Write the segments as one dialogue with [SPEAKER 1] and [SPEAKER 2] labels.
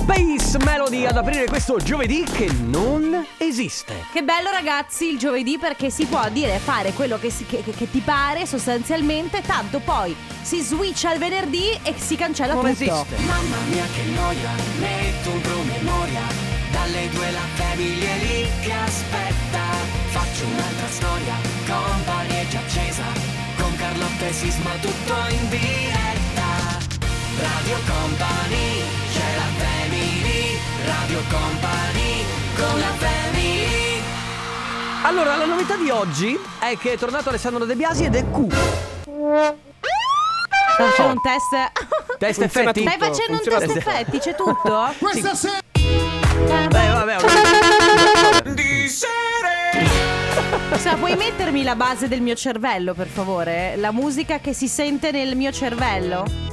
[SPEAKER 1] Space Melody ad aprire questo giovedì che non esiste.
[SPEAKER 2] Che bello ragazzi il giovedì perché si può dire fare quello che, si- che- che- che ti pare sostanzialmente, tanto poi si switcha al venerdì e si cancella
[SPEAKER 1] Non
[SPEAKER 2] tutto.
[SPEAKER 1] esiste.
[SPEAKER 3] Mamma mia che noia, metto un promemoria Dalle due la famiglia è lì che aspetta Faccio un'altra storia, company è già accesa Con Carlotta e Sisma tutto in diretta Radio Company, c'è la family Radio Company, con la family
[SPEAKER 1] Allora, la novità di oggi è che è tornato Alessandro De Biasi ed è Q.
[SPEAKER 2] Faccio un test.
[SPEAKER 1] Test effetti.
[SPEAKER 2] Stai facendo un test effetti, c'è tutto? Questa sì.
[SPEAKER 1] Beh, vabbè, vabbè.
[SPEAKER 2] Scusa, puoi mettermi la base del mio cervello, per favore? La musica che si sente nel mio cervello?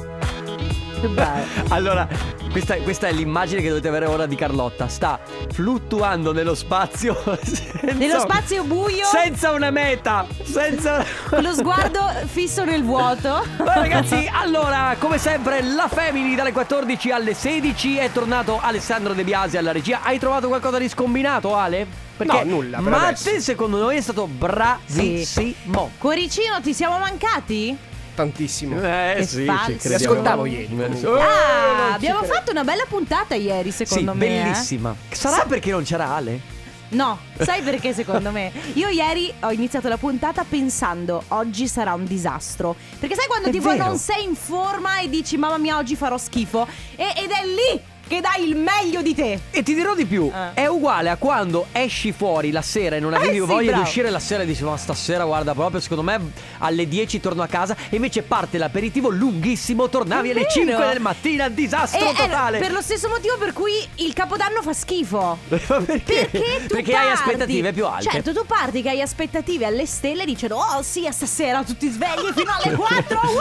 [SPEAKER 2] Che bello.
[SPEAKER 1] Allora, questa, questa è l'immagine che dovete avere ora di Carlotta. Sta fluttuando nello spazio. senza-
[SPEAKER 2] Nello spazio buio,
[SPEAKER 1] Senza una meta. Senza.
[SPEAKER 2] con lo sguardo fisso nel vuoto.
[SPEAKER 1] Allora, Ragazzi, allora, come sempre, la Family dalle 14 alle 16 è tornato Alessandro De Biasi alla regia. Hai trovato qualcosa di scombinato, Ale? Perché
[SPEAKER 4] No, nulla, per
[SPEAKER 1] Matte,
[SPEAKER 4] adesso.
[SPEAKER 1] secondo noi, è stato bravissimo.
[SPEAKER 2] Coricino, ti siamo mancati?
[SPEAKER 4] Tantissimo.
[SPEAKER 1] Eh
[SPEAKER 2] Che falso.
[SPEAKER 4] Li ascoltavo ieri.
[SPEAKER 1] Oh,
[SPEAKER 4] comunque.
[SPEAKER 2] Ah, abbiamo fatto una bella puntata ieri,
[SPEAKER 1] Sì,
[SPEAKER 2] secondo me. eh.
[SPEAKER 1] bellissima. Sarà perché non c'era Ale?
[SPEAKER 2] No, sai perché secondo me? Io ieri ho iniziato la puntata pensando oggi sarà un disastro. Perché sai quando
[SPEAKER 1] È
[SPEAKER 2] tipo
[SPEAKER 1] vero.
[SPEAKER 2] non sei in forma e dici mamma mia oggi farò schifo E- ed è lì che dai il meglio di te.
[SPEAKER 1] E ti dirò di più,
[SPEAKER 2] Ah.
[SPEAKER 1] è uguale a quando esci fuori la sera e non avevi
[SPEAKER 2] Eh sì,
[SPEAKER 1] voglia
[SPEAKER 2] bravo.
[SPEAKER 1] di uscire la sera e dici ma stasera guarda proprio secondo me alle 10 torno a casa e invece parte l'aperitivo lunghissimo, tornavi alle
[SPEAKER 2] Vero.
[SPEAKER 1] 5 del mattina,
[SPEAKER 2] E-
[SPEAKER 1] disastro
[SPEAKER 2] eh,
[SPEAKER 1] totale.
[SPEAKER 2] per lo stesso motivo per cui il capodanno fa schifo.
[SPEAKER 1] Ma perché?
[SPEAKER 2] Perché, tu
[SPEAKER 1] Perché hai
[SPEAKER 2] parti-
[SPEAKER 1] aspettative più alte.
[SPEAKER 2] Certo, tu parti che hai aspettative alle stelle dicendo oh sì, a stasera tutti svegli fino alle
[SPEAKER 1] Certo.
[SPEAKER 2] 4. woohoo!"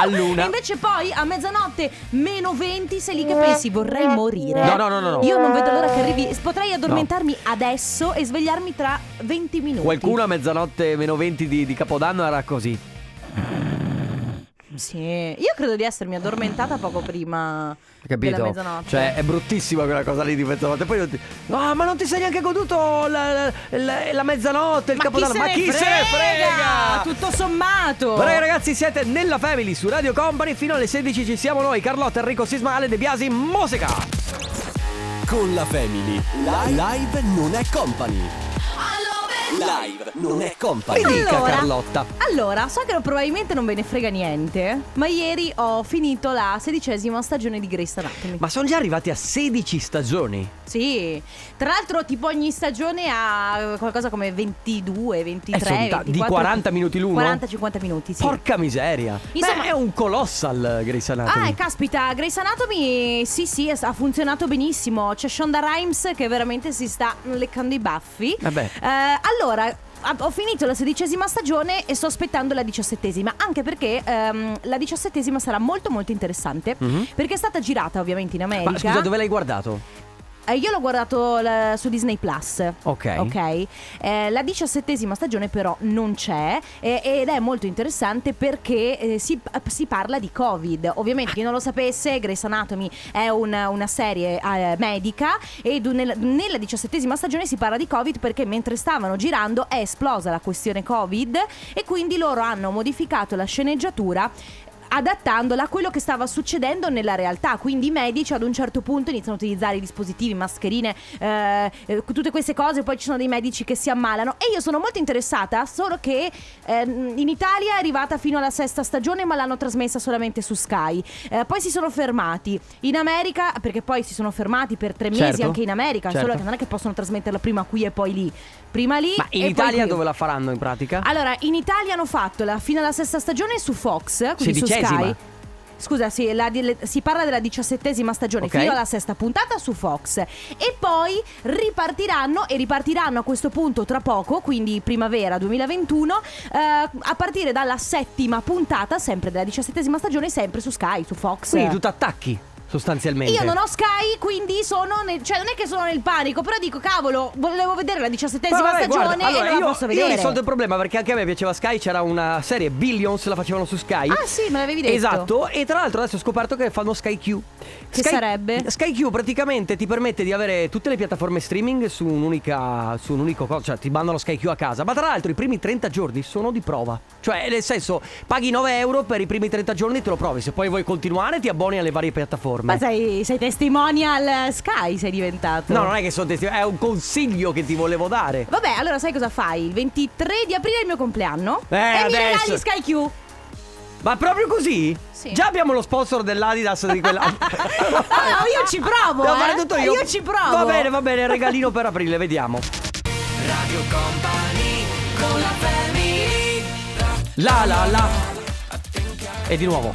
[SPEAKER 1] All'una.
[SPEAKER 2] E invece poi a mezzanotte meno 20 sei lì che pensi vorrei morire.
[SPEAKER 1] No, no, no, no, no.
[SPEAKER 2] Io non vedo l'ora che arrivi. Potrei addormentarmi adesso e svegliarmi tra 20 minuti.
[SPEAKER 1] Qualcuno a mezzanotte meno 20 di, di Capodanno era così.
[SPEAKER 2] Sì. Io credo di essermi addormentata poco prima della
[SPEAKER 1] Capito?
[SPEAKER 2] mezzanotte.
[SPEAKER 1] Cioè, è bruttissima quella cosa lì di mezzanotte. Poi non ti- No, ma non ti sei neanche goduto la, la- la- la mezzanotte, il
[SPEAKER 2] ma
[SPEAKER 1] capodanno.
[SPEAKER 2] chi se,
[SPEAKER 1] ma
[SPEAKER 2] ne
[SPEAKER 1] chi se ne frega?
[SPEAKER 2] Tutto sommato.
[SPEAKER 1] Allora ragazzi siete nella Family su Radio Company Fino alle 16 ci siamo noi Carlotta, Enrico Sisma, Ale De Biasi Musica
[SPEAKER 5] Con la family. Live non è company. Live non è company.
[SPEAKER 1] Mi dica
[SPEAKER 2] Allora.
[SPEAKER 1] Carlotta
[SPEAKER 2] Allora, so che probabilmente non ve ne frega niente, ma ieri ho finito la sedicesima stagione di Grey's Anatomy.
[SPEAKER 1] Ma sono già arrivati a 16 stagioni
[SPEAKER 2] Sì, tra l'altro tipo ogni stagione ha eh, qualcosa come 22, 23,
[SPEAKER 1] Eh, sono ta- di
[SPEAKER 2] 24,
[SPEAKER 1] 40 minuti l'uno?
[SPEAKER 2] 40-50 minuti, sì.
[SPEAKER 1] Porca miseria
[SPEAKER 2] Insomma-
[SPEAKER 1] Beh, è un colossal eh, Grey's Anatomy
[SPEAKER 2] Ah, e caspita, Grey's Anatomy, sì, sì, ha funzionato benissimo. C'è Shonda Rhimes che veramente si sta leccando i baffi.
[SPEAKER 1] Vabbè.
[SPEAKER 2] Eh, allora. a- Ho finito la sedicesima stagione e sto aspettando la diciassettesima, anche perché ehm, la diciassettesima sarà molto molto interessante, perché è stata girata ovviamente in America.
[SPEAKER 1] Mhm. Ma scusa dove l'hai guardato?
[SPEAKER 2] Eh, io l'ho guardato eh, su Disney Plus.
[SPEAKER 1] Ok.
[SPEAKER 2] Ok. Eh, la diciassettesima stagione però non c'è eh, ed è molto interessante perché eh, si, si parla di Covid. Ovviamente chi non lo sapesse, Grey's Anatomy è una, una serie eh, medica e du- nel- nella diciassettesima stagione si parla di Covid perché mentre stavano girando è esplosa la questione Covid e quindi loro hanno modificato la sceneggiatura adattandola a quello che stava succedendo nella realtà. Quindi i medici ad un certo punto iniziano a utilizzare i dispositivi, mascherine, eh, eh, tutte queste cose, poi ci sono dei medici che si ammalano. E io sono molto interessata, solo che ehm, in Italia è arrivata fino alla sesta stagione, ma l'hanno trasmessa solamente su Sky. Eh, poi si sono fermati in America, perché poi si sono fermati per tre mesi
[SPEAKER 1] Certo,
[SPEAKER 2] anche in America,
[SPEAKER 1] certo.
[SPEAKER 2] solo che non è che possono trasmetterla prima qui e poi lì. Prima lì
[SPEAKER 1] Ma in
[SPEAKER 2] e poi
[SPEAKER 1] Italia
[SPEAKER 2] qui. Ah,
[SPEAKER 1] dove la faranno in pratica?
[SPEAKER 2] Allora, in Italia hanno fatto la fino alla sesta stagione su Fox, quindi su
[SPEAKER 1] Sedicesima.
[SPEAKER 2] Sky. Scusa, sì, la di- le- si parla della diciassettesima stagione
[SPEAKER 1] Ok.
[SPEAKER 2] fino alla sesta puntata su Fox. E poi ripartiranno, e ripartiranno a questo punto tra poco, quindi primavera 2021, eh, a partire dalla settima puntata, sempre della diciassettesima stagione, sempre su Sky, su Fox.
[SPEAKER 1] Quindi tu t'attacchi sostanzialmente.
[SPEAKER 2] Io non ho Sky, quindi sono nel, cioè non è che sono nel panico, però dico cavolo, volevo vedere la diciassettesima
[SPEAKER 1] Ma vabbè,
[SPEAKER 2] stagione
[SPEAKER 1] guarda, allora,
[SPEAKER 2] e non
[SPEAKER 1] io,
[SPEAKER 2] la posso vedere.
[SPEAKER 1] Io risolto il problema perché anche a me piaceva Sky, c'era una serie Billions, la facevano su Sky.
[SPEAKER 2] Ah, sì, me l'avevi detto.
[SPEAKER 1] Esatto, e tra l'altro adesso ho scoperto che fanno Sky Q.
[SPEAKER 2] Che sarebbe?
[SPEAKER 1] Sky Q praticamente ti permette di avere tutte le piattaforme streaming su un'unica su un unico cosa, cioè ti mandano Sky Q a casa, ma tra l'altro i primi 30 giorni sono di prova. Cioè, nel senso, paghi 9 euro per i primi 30 giorni e te lo provi, se poi vuoi continuare ti abboni alle varie piattaforme.
[SPEAKER 2] Ma sei, sei testimonial Sky, sei diventato.
[SPEAKER 1] No, non è che sono testi, è un consiglio che ti volevo dare.
[SPEAKER 2] Vabbè, allora sai cosa fai? Il 23 di aprile è il mio compleanno.
[SPEAKER 1] Eh,
[SPEAKER 2] e mi
[SPEAKER 1] adesso.
[SPEAKER 2] regali Sky Q.
[SPEAKER 1] Ma proprio così?
[SPEAKER 2] Sì.
[SPEAKER 1] Già abbiamo lo sponsor dell'Adidas di quella.
[SPEAKER 2] Ah, io ci provo.
[SPEAKER 1] Devo
[SPEAKER 2] eh.
[SPEAKER 1] fare tutto io.
[SPEAKER 2] ci provo.
[SPEAKER 1] Va bene, va bene, regalino per aprile, vediamo.
[SPEAKER 3] Radio Company con la family
[SPEAKER 1] La la la. E di nuovo.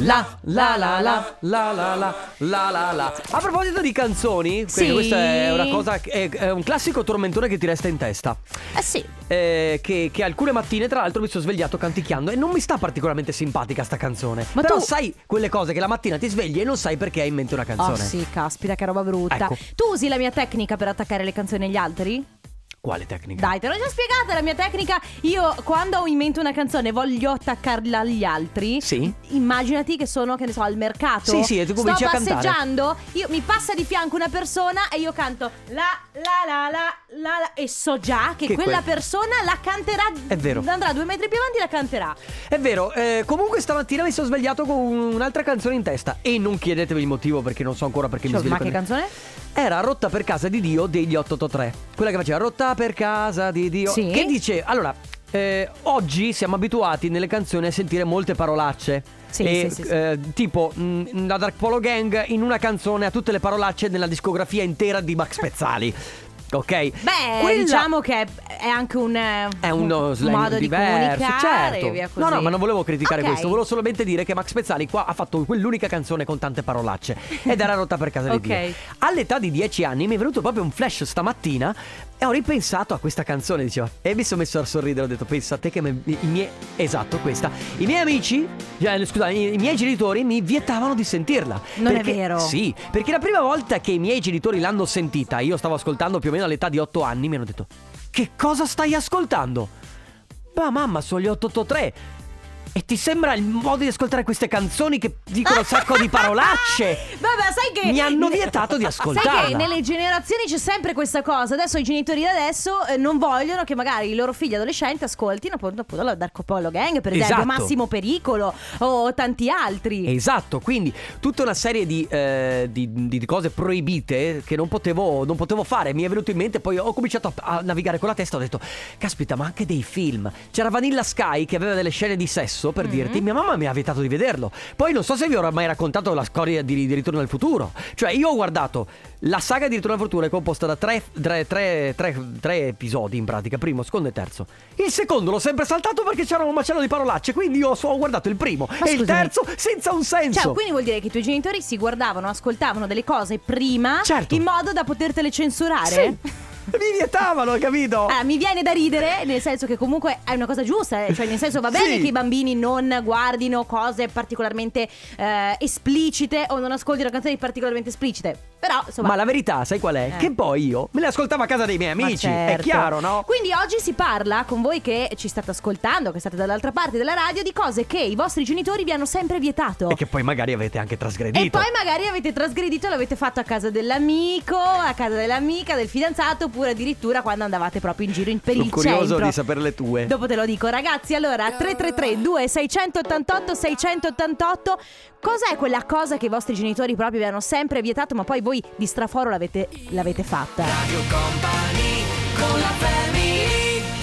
[SPEAKER 1] La la la la la la la la la la. A proposito di canzoni, que-
[SPEAKER 2] Sì.
[SPEAKER 1] questa è una cosa che- è, è un classico tormentone che ti resta in testa.
[SPEAKER 2] Eh sì.
[SPEAKER 1] Eh, che, che alcune mattine, tra l'altro, mi sono svegliato canticchiando e non mi sta particolarmente simpatica sta canzone.
[SPEAKER 2] Ma
[SPEAKER 1] Però
[SPEAKER 2] tu-
[SPEAKER 1] sai quelle cose che la mattina ti svegli e non sai perché hai in mente una
[SPEAKER 2] Oh
[SPEAKER 1] canzone.
[SPEAKER 2] sì, caspita, che roba brutta.
[SPEAKER 1] Ecco.
[SPEAKER 2] Tu usi la mia tecnica per attaccare le canzoni agli altri?
[SPEAKER 1] Quale tecnica?
[SPEAKER 2] Dai, te l'ho già spiegata la mia tecnica. Io quando ho in mente una canzone e voglio attaccarla agli altri.
[SPEAKER 1] Sì.
[SPEAKER 2] Immaginati che sono, che ne so, al mercato.
[SPEAKER 1] Sì, sì, e tu cominci
[SPEAKER 2] Sto
[SPEAKER 1] a cantare.
[SPEAKER 2] passeggiando, io, mi passa di fianco una persona e io canto la la la la la, la e so già che,
[SPEAKER 1] Che
[SPEAKER 2] quella
[SPEAKER 1] quel-
[SPEAKER 2] persona la canterà.
[SPEAKER 1] È vero.
[SPEAKER 2] Andrà due metri più avanti e la canterà.
[SPEAKER 1] È vero, eh, comunque stamattina mi sono svegliato con un'altra canzone in testa e non chiedetevi il motivo perché non so ancora perché mi
[SPEAKER 2] Cioè,
[SPEAKER 1] sveglio.
[SPEAKER 2] ma che
[SPEAKER 1] con-
[SPEAKER 2] canzone?
[SPEAKER 1] Era Rotta per casa di Dio degli 883. Quella che faceva Rotta per casa di Dio.
[SPEAKER 2] Sì.
[SPEAKER 1] Che dice, allora, eh, oggi siamo abituati nelle canzoni a sentire molte parolacce.
[SPEAKER 2] Sì,
[SPEAKER 1] E,
[SPEAKER 2] sì, sì, sì.
[SPEAKER 1] eh, tipo mh, la Dark Polo Gang in una canzone ha tutte le parolacce nella discografia intera di Max Pezzali. Ok?
[SPEAKER 2] Beh,
[SPEAKER 1] Quella-
[SPEAKER 2] diciamo che è, è anche un, eh,
[SPEAKER 1] è uno slang
[SPEAKER 2] modo di
[SPEAKER 1] diverso,
[SPEAKER 2] comunicare
[SPEAKER 1] certo.
[SPEAKER 2] e via così.
[SPEAKER 1] No, no, ma non volevo criticare
[SPEAKER 2] Ok.
[SPEAKER 1] questo, volevo solamente dire che Max Pezzali qua ha fatto quell'unica canzone con tante parolacce ed era rotta per casa di
[SPEAKER 2] Ok.
[SPEAKER 1] Dio. All'età di 10 anni mi è venuto proprio un flash stamattina e ho ripensato a questa canzone, diceva, e mi sono messo a sorridere, ho detto, pensa a te che me- i miei esatto, questa. I miei amici, cioè, scusa, i, i miei genitori mi vietavano di sentirla.
[SPEAKER 2] Non è
[SPEAKER 1] Perché-
[SPEAKER 2] vero.
[SPEAKER 1] Sì, perché la prima volta che i miei genitori l'hanno sentita, io stavo ascoltando più o meno all'età di 8 anni, mi hanno detto, che cosa stai ascoltando? Ma mamma, sono gli 883. E ti sembra il modo di ascoltare queste canzoni che dicono un sacco di parolacce?
[SPEAKER 2] Vabbè, sai che
[SPEAKER 1] Mi hanno vietato di
[SPEAKER 2] Sai che
[SPEAKER 1] ascoltarla.
[SPEAKER 2] nelle generazioni c'è sempre questa cosa. Adesso i genitori di adesso eh, non vogliono che magari i loro figli adolescenti ascoltino appunto, appunto la Dark Polo Gang, per esempio,
[SPEAKER 1] Esatto.
[SPEAKER 2] Massimo Pericolo o tanti altri.
[SPEAKER 1] Esatto, quindi tutta una serie di, eh, di- di cose proibite che non potevo, non potevo fare. Mi è venuto in mente, poi ho cominciato a, a navigare con la testa. Ho detto, caspita, ma anche dei film. C'era Vanilla Sky che aveva delle scene di sesso, per dirti. Mia mamma mi ha vietato di vederlo. Poi non so se vi ho mai raccontato la storia di, di Ritorno al futuro. Cioè, io ho guardato la saga di Ritorno al futuro, è composta da tre, tre- tre- tre- tre episodi in pratica: primo, secondo e terzo. Il secondo l'ho sempre saltato perché c'era un macello di parolacce. Quindi io so- ho guardato il primo e il
[SPEAKER 2] scusami,
[SPEAKER 1] terzo senza un senso.
[SPEAKER 2] Cioè, quindi vuol dire che i tuoi genitori si guardavano, ascoltavano delle cose prima
[SPEAKER 1] Certo.
[SPEAKER 2] in modo da potertele censurare?
[SPEAKER 1] Sì. Mi vietavano, capito?
[SPEAKER 2] Allora, mi viene da ridere, nel senso che comunque è una cosa giusta, eh, cioè nel senso va bene
[SPEAKER 1] Sì.
[SPEAKER 2] che i bambini non guardino cose particolarmente eh, esplicite o non ascoltino canzoni particolarmente esplicite, però insomma...
[SPEAKER 1] Ma la verità, sai qual è?
[SPEAKER 2] Eh.
[SPEAKER 1] Che poi io me le ascoltavo a casa dei miei
[SPEAKER 2] ma
[SPEAKER 1] amici. È
[SPEAKER 2] certo.
[SPEAKER 1] chiaro, no?
[SPEAKER 2] Quindi oggi si parla con voi che ci state ascoltando, che state dall'altra parte della radio, di cose che i vostri genitori vi hanno sempre vietato.
[SPEAKER 1] E che poi magari avete anche trasgredito.
[SPEAKER 2] E poi magari avete trasgredito e l'avete fatto a casa dell'amico, a casa dell'amica, del fidanzato, oppure addirittura quando andavate proprio in giro in, per
[SPEAKER 1] Sono
[SPEAKER 2] il
[SPEAKER 1] curioso
[SPEAKER 2] centro.
[SPEAKER 1] di sapere le tue.
[SPEAKER 2] Dopo te lo dico, ragazzi. Allora, 333 2688 688 Cos'è quella cosa che i vostri genitori proprio vi hanno sempre vietato, ma poi voi di straforo l'avete, l'avete fatta?
[SPEAKER 3] Radio Company con la family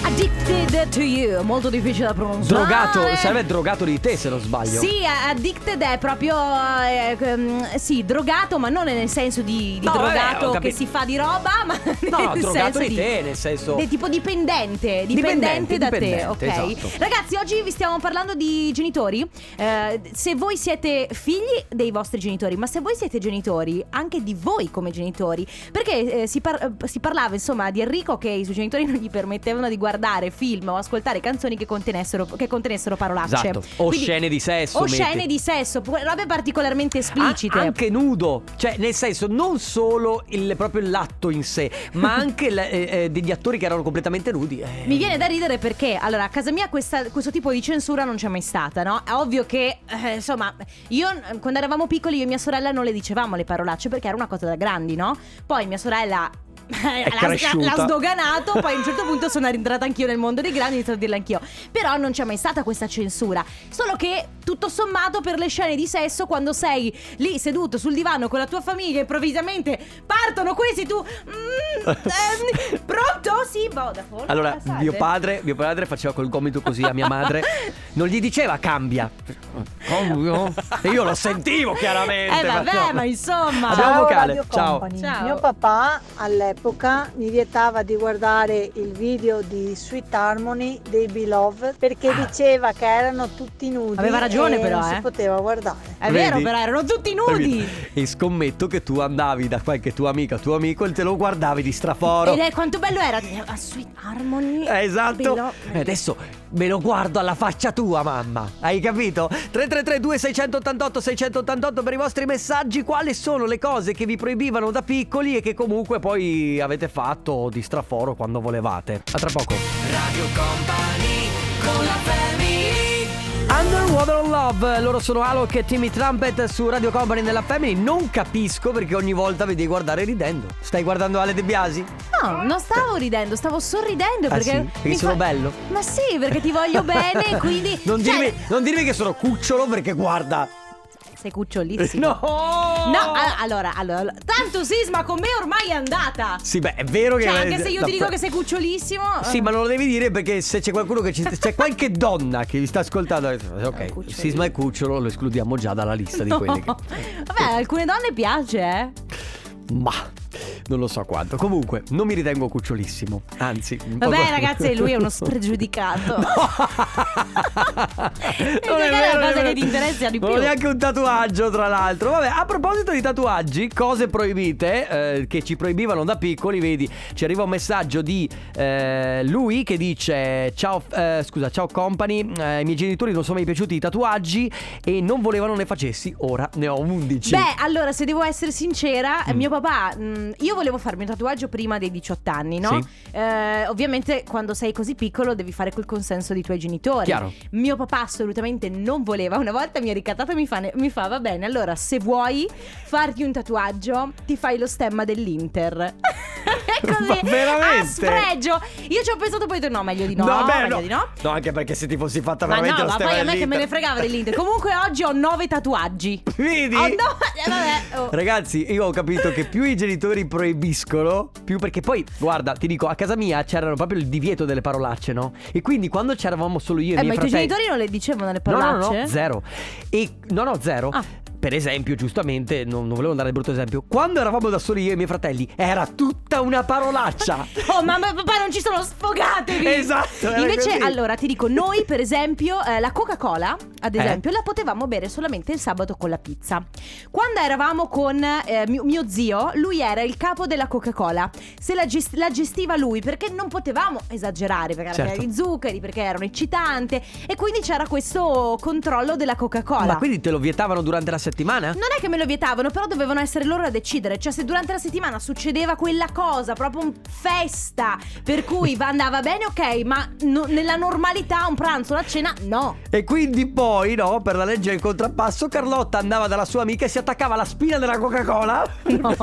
[SPEAKER 2] Addicted to you, molto difficile da pronunciare.
[SPEAKER 1] drogato, sarebbe drogato di te se non sbaglio.
[SPEAKER 2] Sì, addicted è proprio eh, ehm, sì, drogato, ma non nel senso di, di
[SPEAKER 1] No, vabbè,
[SPEAKER 2] drogato
[SPEAKER 1] ho
[SPEAKER 2] che
[SPEAKER 1] capito.
[SPEAKER 2] si fa di roba, ma
[SPEAKER 1] No,
[SPEAKER 2] nel
[SPEAKER 1] drogato
[SPEAKER 2] senso
[SPEAKER 1] di te, nel senso.
[SPEAKER 2] Di tipo dipendente, dipendente,
[SPEAKER 1] Dipendente,
[SPEAKER 2] da
[SPEAKER 1] dipendente,
[SPEAKER 2] te, ok?
[SPEAKER 1] esatto.
[SPEAKER 2] Ragazzi, oggi vi stiamo parlando di genitori. Eh, se voi siete figli dei vostri genitori, ma se voi siete genitori, anche di voi come genitori, perché eh, si, par- eh, si parlava insomma di Enrico che i suoi genitori non gli permettevano di guardare film o ascoltare canzoni che contenessero, che contenessero parolacce.
[SPEAKER 1] Esatto. O
[SPEAKER 2] Quindi-
[SPEAKER 1] scene di sesso,
[SPEAKER 2] O
[SPEAKER 1] metti.
[SPEAKER 2] scene di sesso, pu- robe particolarmente
[SPEAKER 1] Ah,
[SPEAKER 2] esplicite.
[SPEAKER 1] anche nudo, cioè nel senso non solo il, proprio l'atto in sé, ma anche il- eh, eh, degli attori che erano completamente nudi. eh.
[SPEAKER 2] Mi viene da ridere perché, allora, a casa mia questa- questo tipo di censura non c'è mai stata, no? È ovvio che, eh, insomma, io eh, quando eravamo piccoli io e mia sorella non le dicevamo le parolacce perché era una cosa da grandi, no? Poi mia sorella... l'ha-
[SPEAKER 1] cresciuta.
[SPEAKER 2] l'ha sdoganato, poi a un certo punto sono rientrata anch'io nel mondo dei grandi, ho iniziato a dirla anch'io. Però non c'è mai stata questa censura. Solo che tutto sommato per le scene di sesso, quando sei lì seduto sul divano con la tua famiglia, improvvisamente partono questi, tu... mm, ehm, pronto? Sì, Vodafone.
[SPEAKER 1] Allora,
[SPEAKER 2] passate.
[SPEAKER 1] mio padre, mio padre faceva col gomito così a mia madre, non gli diceva cambia. Cambio? E io lo sentivo chiaramente.
[SPEAKER 2] Eh vabbè, ma
[SPEAKER 1] Abbiamo
[SPEAKER 2] insomma.
[SPEAKER 1] un
[SPEAKER 6] Ciao,
[SPEAKER 1] vocale.
[SPEAKER 6] Radio
[SPEAKER 1] Ciao.
[SPEAKER 6] Company.
[SPEAKER 2] Ah. Ciao.
[SPEAKER 6] Mio papà all'epoca mi vietava di guardare il video di Sweet Harmony dei Beloved perché diceva che erano tutti nudi.
[SPEAKER 2] Aveva ragione
[SPEAKER 6] e
[SPEAKER 2] però,
[SPEAKER 6] non
[SPEAKER 2] eh.
[SPEAKER 6] si poteva guardare.
[SPEAKER 2] È
[SPEAKER 1] Vedi?
[SPEAKER 2] vero, però erano tutti nudi.
[SPEAKER 1] E scommetto che tu andavi da qualche tua amica, tuo amico e te lo guardavi di straforo.
[SPEAKER 2] Ed è quanto bello era. eh, A Sweet Harmony.
[SPEAKER 1] Eh, Esatto.
[SPEAKER 2] Bilo-
[SPEAKER 1] E adesso me lo guardo alla faccia tua, mamma. Hai capito? 3332 688 688 per i vostri messaggi. Quali sono le cose che vi proibivano da piccoli e che comunque poi avete fatto di straforo quando volevate? A tra poco. Underwater Love, loro sono Alok e Timmy Trumpet su Radio Company nella Family. Non capisco perché ogni volta vi devi guardare ridendo. Stai guardando Ale De Biasi?
[SPEAKER 2] No, non stavo ridendo, stavo sorridendo
[SPEAKER 1] Ah,
[SPEAKER 2] perché.
[SPEAKER 1] sì? Perché
[SPEAKER 2] mi
[SPEAKER 1] sono bello?
[SPEAKER 2] Ma sì, perché ti voglio bene, quindi.
[SPEAKER 1] Non,
[SPEAKER 2] cioè,
[SPEAKER 1] dirmi, non dirmi che sono cucciolo perché guarda.
[SPEAKER 2] Sei cucciolissimo.
[SPEAKER 1] No!
[SPEAKER 2] No, ah. a- allora, allora, allora, tanto sisma con me ormai è andata.
[SPEAKER 1] Sì, beh, è vero che.
[SPEAKER 2] Cioè, anche se io ti dico
[SPEAKER 1] Dabbè.
[SPEAKER 2] che sei cucciolissimo.
[SPEAKER 1] Sì, ma non lo devi dire perché se c'è qualcuno che ci c'è qualche donna che vi sta ascoltando, ok,
[SPEAKER 2] cucciolino.
[SPEAKER 1] Sisma e Cucciolo lo escludiamo già dalla lista di
[SPEAKER 2] No.
[SPEAKER 1] quelli che
[SPEAKER 2] Vabbè, a alcune donne piace, eh.
[SPEAKER 1] ma non lo so quanto. Comunque, non mi ritengo cucciolissimo, anzi.
[SPEAKER 2] Vabbè, ragazzi, lui è uno spregiudicato.
[SPEAKER 1] Non
[SPEAKER 2] magari è la cosa
[SPEAKER 1] vero.
[SPEAKER 2] che ti interessa di
[SPEAKER 1] Non
[SPEAKER 2] più.
[SPEAKER 1] ho neanche un tatuaggio, tra l'altro. Vabbè, a proposito di tatuaggi, cose proibite eh, che ci proibivano da piccoli, vedi, ci arriva un messaggio di eh, lui che dice: Ciao, eh, scusa, ciao company, eh, ai miei genitori non sono mai piaciuti i tatuaggi e non volevano ne facessi, ora ne ho 11.
[SPEAKER 2] Beh, allora, se devo essere sincera,
[SPEAKER 1] Mm.
[SPEAKER 2] mio papà, mh, io volevo farmi un tatuaggio prima dei 18 anni, no? Eh, ovviamente quando sei così piccolo devi fare col consenso dei tuoi genitori.
[SPEAKER 1] Chiaro.
[SPEAKER 2] Mio papà assolutamente non voleva, una volta mi ha ricattato e mi fa, mi fa, va bene, allora se vuoi farti un tatuaggio ti fai lo stemma dell'Inter. E Così,
[SPEAKER 1] Ma veramente?
[SPEAKER 2] a spregio. Io ci ho pensato poi ho detto, no, meglio di no,
[SPEAKER 1] beh,
[SPEAKER 2] meglio di no.
[SPEAKER 1] No, anche perché se ti fossi fatta
[SPEAKER 2] Ma
[SPEAKER 1] veramente
[SPEAKER 2] no,
[SPEAKER 1] lo
[SPEAKER 2] ma
[SPEAKER 1] stemma
[SPEAKER 2] poi a me che
[SPEAKER 1] dell'Inter.
[SPEAKER 2] me ne fregava dell'Inter. Comunque oggi ho nove tatuaggi.
[SPEAKER 1] Vedi?
[SPEAKER 2] Oh, no, eh, vabbè, oh.
[SPEAKER 1] Ragazzi, io ho capito che più i genitori proibiscono, più perché poi, guarda, ti dico, a casa mia c'erano proprio il divieto delle parolacce, no? E quindi quando c'eravamo solo io e
[SPEAKER 2] Eh,
[SPEAKER 1] i miei
[SPEAKER 2] ma i tuoi
[SPEAKER 1] fratelli...
[SPEAKER 2] genitori non le dicevano le
[SPEAKER 1] No,
[SPEAKER 2] parolacce?
[SPEAKER 1] no, no, zero. E no, no, zero.
[SPEAKER 2] Ah.
[SPEAKER 1] Per esempio, giustamente, non, non volevo dare il brutto esempio. Quando eravamo da soli io e i miei fratelli, era tutta una parolaccia.
[SPEAKER 2] Oh, mamma e papà non ci sono sfogatevi!
[SPEAKER 1] Esatto, era
[SPEAKER 2] Invece,
[SPEAKER 1] così.
[SPEAKER 2] allora, ti dico, noi, per esempio, eh, la Coca-Cola, ad
[SPEAKER 1] Eh.
[SPEAKER 2] esempio, la potevamo bere solamente il sabato con la pizza. Quando eravamo con eh, mio, mio zio, lui era il capo della Coca-Cola. Se la, gest- la gestiva lui, perché non potevamo esagerare, perché
[SPEAKER 1] Certo.
[SPEAKER 2] erano gli zuccheri, perché era un eccitante. E quindi c'era questo controllo della Coca-Cola.
[SPEAKER 1] Ma quindi te lo vietavano durante la settimana?
[SPEAKER 2] Non è che me lo vietavano, però dovevano essere loro a decidere. Cioè, se durante la settimana succedeva quella cosa, proprio un festa, per cui va- andava bene, ok, ma no- nella normalità, un pranzo, una cena, no.
[SPEAKER 1] E quindi poi, no, per la legge del contrappasso, Carlotta andava dalla sua amica e si attaccava alla spina della Coca-Cola. No.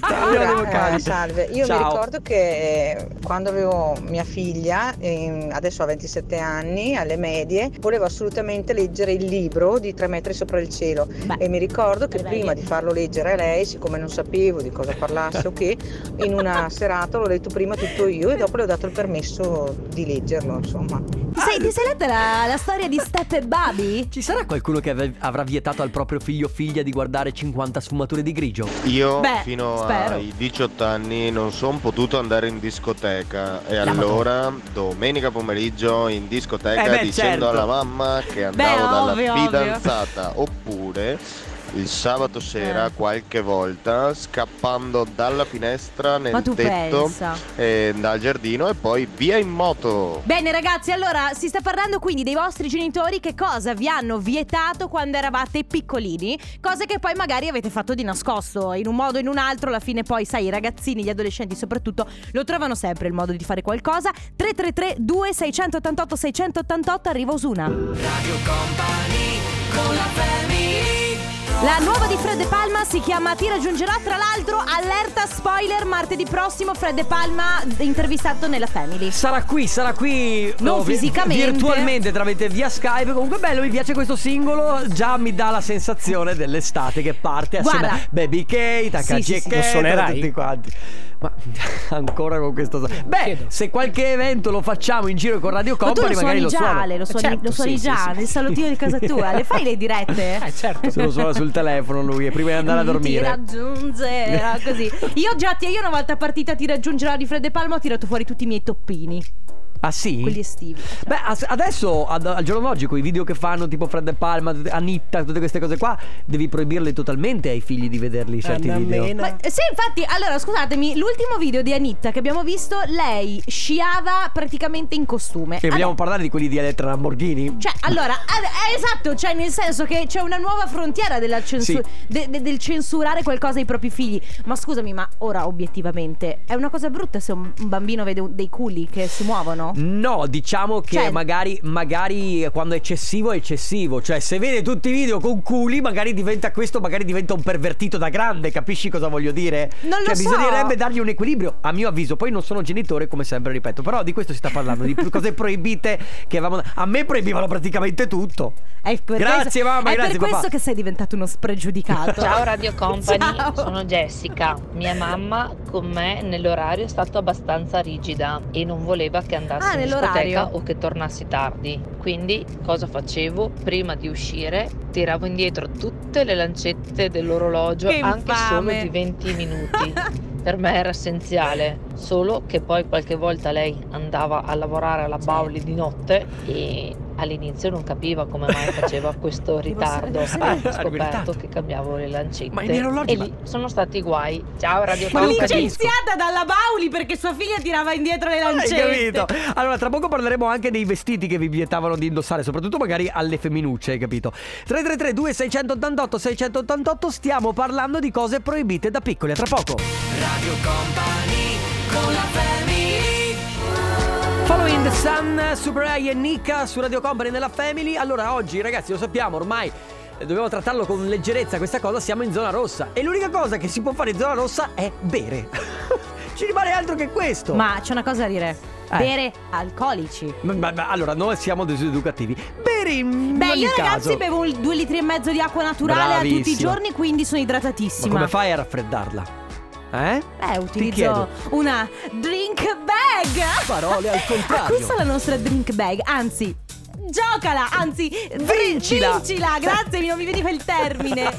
[SPEAKER 7] Allora, eh, salve, io mi ricordo che eh, quando avevo mia figlia, ehm, adesso ha 27 anni, alle medie, volevo assolutamente leggere il libro di 3 metri sopra il cielo
[SPEAKER 2] Beh,
[SPEAKER 7] e mi ricordo che
[SPEAKER 2] Beh,
[SPEAKER 7] prima
[SPEAKER 2] beh.
[SPEAKER 7] di farlo leggere a lei, siccome non sapevo di cosa parlasse o che, in una serata l'ho letto prima tutto io e dopo le ho dato il permesso di leggerlo, insomma.
[SPEAKER 2] Ti sei, ti sei letta la, la storia di Step e Babi?
[SPEAKER 1] Ci sarà qualcuno che ave- avrà vietato al proprio figlio o figlia di guardare 50 sfumature di grigio?
[SPEAKER 8] Io
[SPEAKER 2] Beh,
[SPEAKER 8] fino
[SPEAKER 2] spero.
[SPEAKER 8] ai 18 anni non sono potuto andare in discoteca e
[SPEAKER 1] Madonna.
[SPEAKER 8] allora domenica pomeriggio in discoteca
[SPEAKER 1] Eh beh,
[SPEAKER 8] dicendo
[SPEAKER 1] certo.
[SPEAKER 8] alla mamma che andavo
[SPEAKER 2] Beh,
[SPEAKER 8] dalla
[SPEAKER 2] ovvio, ovvio.
[SPEAKER 8] fidanzata oppure il sabato sera
[SPEAKER 2] Eh.
[SPEAKER 8] qualche volta scappando dalla finestra nel
[SPEAKER 2] Ma tu
[SPEAKER 8] tetto
[SPEAKER 2] pensa.
[SPEAKER 8] e dal giardino e poi via in moto.
[SPEAKER 2] Bene ragazzi, allora si sta parlando quindi dei vostri genitori che cosa vi hanno vietato quando eravate piccolini, cose che poi magari avete fatto di nascosto, in un modo o in un altro, alla fine poi sai i ragazzini, gli adolescenti soprattutto, lo trovano sempre il modo di fare qualcosa. 333 2688 688 arriva Osuna. La nuova di Fred De Palma si chiama Ti raggiungerò, tra l'altro allerta spoiler, martedì prossimo Fred De Palma intervistato nella Family.
[SPEAKER 1] Sarà qui, sarà qui oh,
[SPEAKER 2] Non
[SPEAKER 1] vi-
[SPEAKER 2] fisicamente.
[SPEAKER 1] Virtualmente tramite via Skype Comunque bello, mi piace questo singolo Già mi dà la sensazione dell'estate che parte assieme a
[SPEAKER 2] Guarda.
[SPEAKER 1] Baby K, Takashi
[SPEAKER 2] Sì, sì,
[SPEAKER 1] e
[SPEAKER 2] sì.
[SPEAKER 4] Lo
[SPEAKER 1] Kate,
[SPEAKER 4] suonerai?
[SPEAKER 1] Tutti quanti ma ancora con questo so- Beh,
[SPEAKER 4] chiedo.
[SPEAKER 1] se qualche evento lo facciamo in giro con Radio
[SPEAKER 2] Ma tu
[SPEAKER 1] Company
[SPEAKER 2] lo
[SPEAKER 1] Magari
[SPEAKER 2] suoni
[SPEAKER 1] lo
[SPEAKER 2] già,
[SPEAKER 1] suono Eh,
[SPEAKER 2] Ale, lo suoni,
[SPEAKER 4] Certo,
[SPEAKER 2] lo suoni
[SPEAKER 4] sì,
[SPEAKER 2] già
[SPEAKER 4] sì, sì.
[SPEAKER 2] nel salottino di casa tua. Le fai le dirette?
[SPEAKER 4] Eh, certo.
[SPEAKER 1] Se lo suona sul telefono lui Prima di andare a dormire
[SPEAKER 2] Ti raggiungerà così. Io già ti, io una volta partita ti raggiungerò di Fred De Palma ho tirato fuori tutti i miei toppini,
[SPEAKER 1] Ah sì?
[SPEAKER 2] quelli estivi.
[SPEAKER 1] Beh, as- adesso, ad- al giorno d'oggi, con i video che fanno tipo Fred De Palma, tutte- Anitta, tutte queste cose qua, devi proibirle totalmente ai figli di vederli certi
[SPEAKER 4] Anna
[SPEAKER 1] video.
[SPEAKER 4] Mena.
[SPEAKER 2] Ma- eh, sì, infatti, allora scusatemi, l'ultimo video di Anitta che abbiamo visto, lei sciava praticamente in costume.
[SPEAKER 1] Che vogliamo parlare di quelli di Elettra Lamborghini?
[SPEAKER 2] Cioè, allora, ad- eh, esatto, cioè nel senso che c'è una nuova frontiera della censu-
[SPEAKER 1] Sì.
[SPEAKER 2] de- de- del censurare qualcosa ai propri figli. Ma scusami, ma ora obiettivamente è una cosa brutta se un un bambino vede un- dei culi che si muovono?
[SPEAKER 1] Mm. No, diciamo che
[SPEAKER 2] Cioè-
[SPEAKER 1] magari, magari quando è eccessivo è eccessivo. Cioè, se vede tutti i video con culi, magari diventa questo, magari diventa un pervertito da grande. Capisci cosa voglio dire?
[SPEAKER 2] Non lo
[SPEAKER 1] cioè,
[SPEAKER 2] so.
[SPEAKER 1] bisognerebbe dargli un equilibrio, a mio avviso. Poi non sono genitore, come sempre, ripeto. Però di questo si sta parlando, di cose proibite che avevamo. A me proibivano praticamente tutto.
[SPEAKER 2] È per
[SPEAKER 1] Grazie,
[SPEAKER 2] questo-
[SPEAKER 1] mamma,
[SPEAKER 2] È
[SPEAKER 1] grazie,
[SPEAKER 2] per
[SPEAKER 1] papà.
[SPEAKER 2] questo che sei diventato uno spregiudicato.
[SPEAKER 9] Ciao Radio Company,
[SPEAKER 2] Esatto. Ciao.
[SPEAKER 9] sono Jessica. Mia mamma con me nell'orario è stata abbastanza rigida e non voleva che andassi
[SPEAKER 2] Ah,
[SPEAKER 9] in
[SPEAKER 2] nell'orario.
[SPEAKER 9] discoteca o che tornassi tardi. Quindi cosa facevo? Prima di uscire tiravo indietro tutte le lancette dell'orologio,
[SPEAKER 2] Che
[SPEAKER 9] anche solo
[SPEAKER 2] infame.
[SPEAKER 9] di 20 minuti. Per me era essenziale, solo che poi qualche volta lei andava a lavorare alla Bauli di notte e all'inizio non capiva come mai faceva questo
[SPEAKER 2] Devo essere-
[SPEAKER 9] ritardo.
[SPEAKER 2] devo
[SPEAKER 1] essere-
[SPEAKER 9] Ho scoperto
[SPEAKER 1] Ritardo.
[SPEAKER 9] che cambiavo le lancette
[SPEAKER 1] Ma i neurologi,
[SPEAKER 9] e
[SPEAKER 1] ma-
[SPEAKER 9] lì sono stati i guai. Ciao Radio
[SPEAKER 2] Ma
[SPEAKER 1] non
[SPEAKER 9] Company.
[SPEAKER 1] capisco.
[SPEAKER 2] licenziata dalla Bauli perché sua figlia tirava indietro le
[SPEAKER 1] Hai
[SPEAKER 2] lancette.
[SPEAKER 1] capito? Allora, tra poco parleremo anche dei vestiti che vi vietavano di indossare, soprattutto magari alle femminucce, hai capito? 333 2688 688 stiamo parlando di cose proibite da piccoli, a tra poco. Following the Sun, Super Rai e Nika su Radio Company nella Family. Allora, oggi, ragazzi, lo sappiamo ormai. eh, Dobbiamo trattarlo con leggerezza questa cosa, siamo in zona rossa. E l'unica cosa che si può fare in zona rossa è bere. Ci rimane altro che questo.
[SPEAKER 2] Ma c'è una cosa da dire.
[SPEAKER 1] Eh.
[SPEAKER 2] Bere alcolici.
[SPEAKER 1] Ma, ma- ma- allora, noi siamo diseducativi. Bere in
[SPEAKER 2] Beh,
[SPEAKER 1] ogni
[SPEAKER 2] io ragazzi
[SPEAKER 1] caso.
[SPEAKER 2] bevo il- due litri e mezzo di acqua naturale a tutti i
[SPEAKER 1] Bravissima.
[SPEAKER 2] giorni, quindi sono
[SPEAKER 1] Ma
[SPEAKER 2] idratatissima.
[SPEAKER 1] come fai a raffreddarla? Eh?
[SPEAKER 2] Beh,
[SPEAKER 1] Ti chiedo.
[SPEAKER 2] utilizzo una drink bag.
[SPEAKER 1] Parole al contrario.
[SPEAKER 2] Acquista la nostra drink bag, anzi, giocala, anzi,
[SPEAKER 1] Vincila.
[SPEAKER 2] vincila. Grazie, mi- non mi veniva il termine.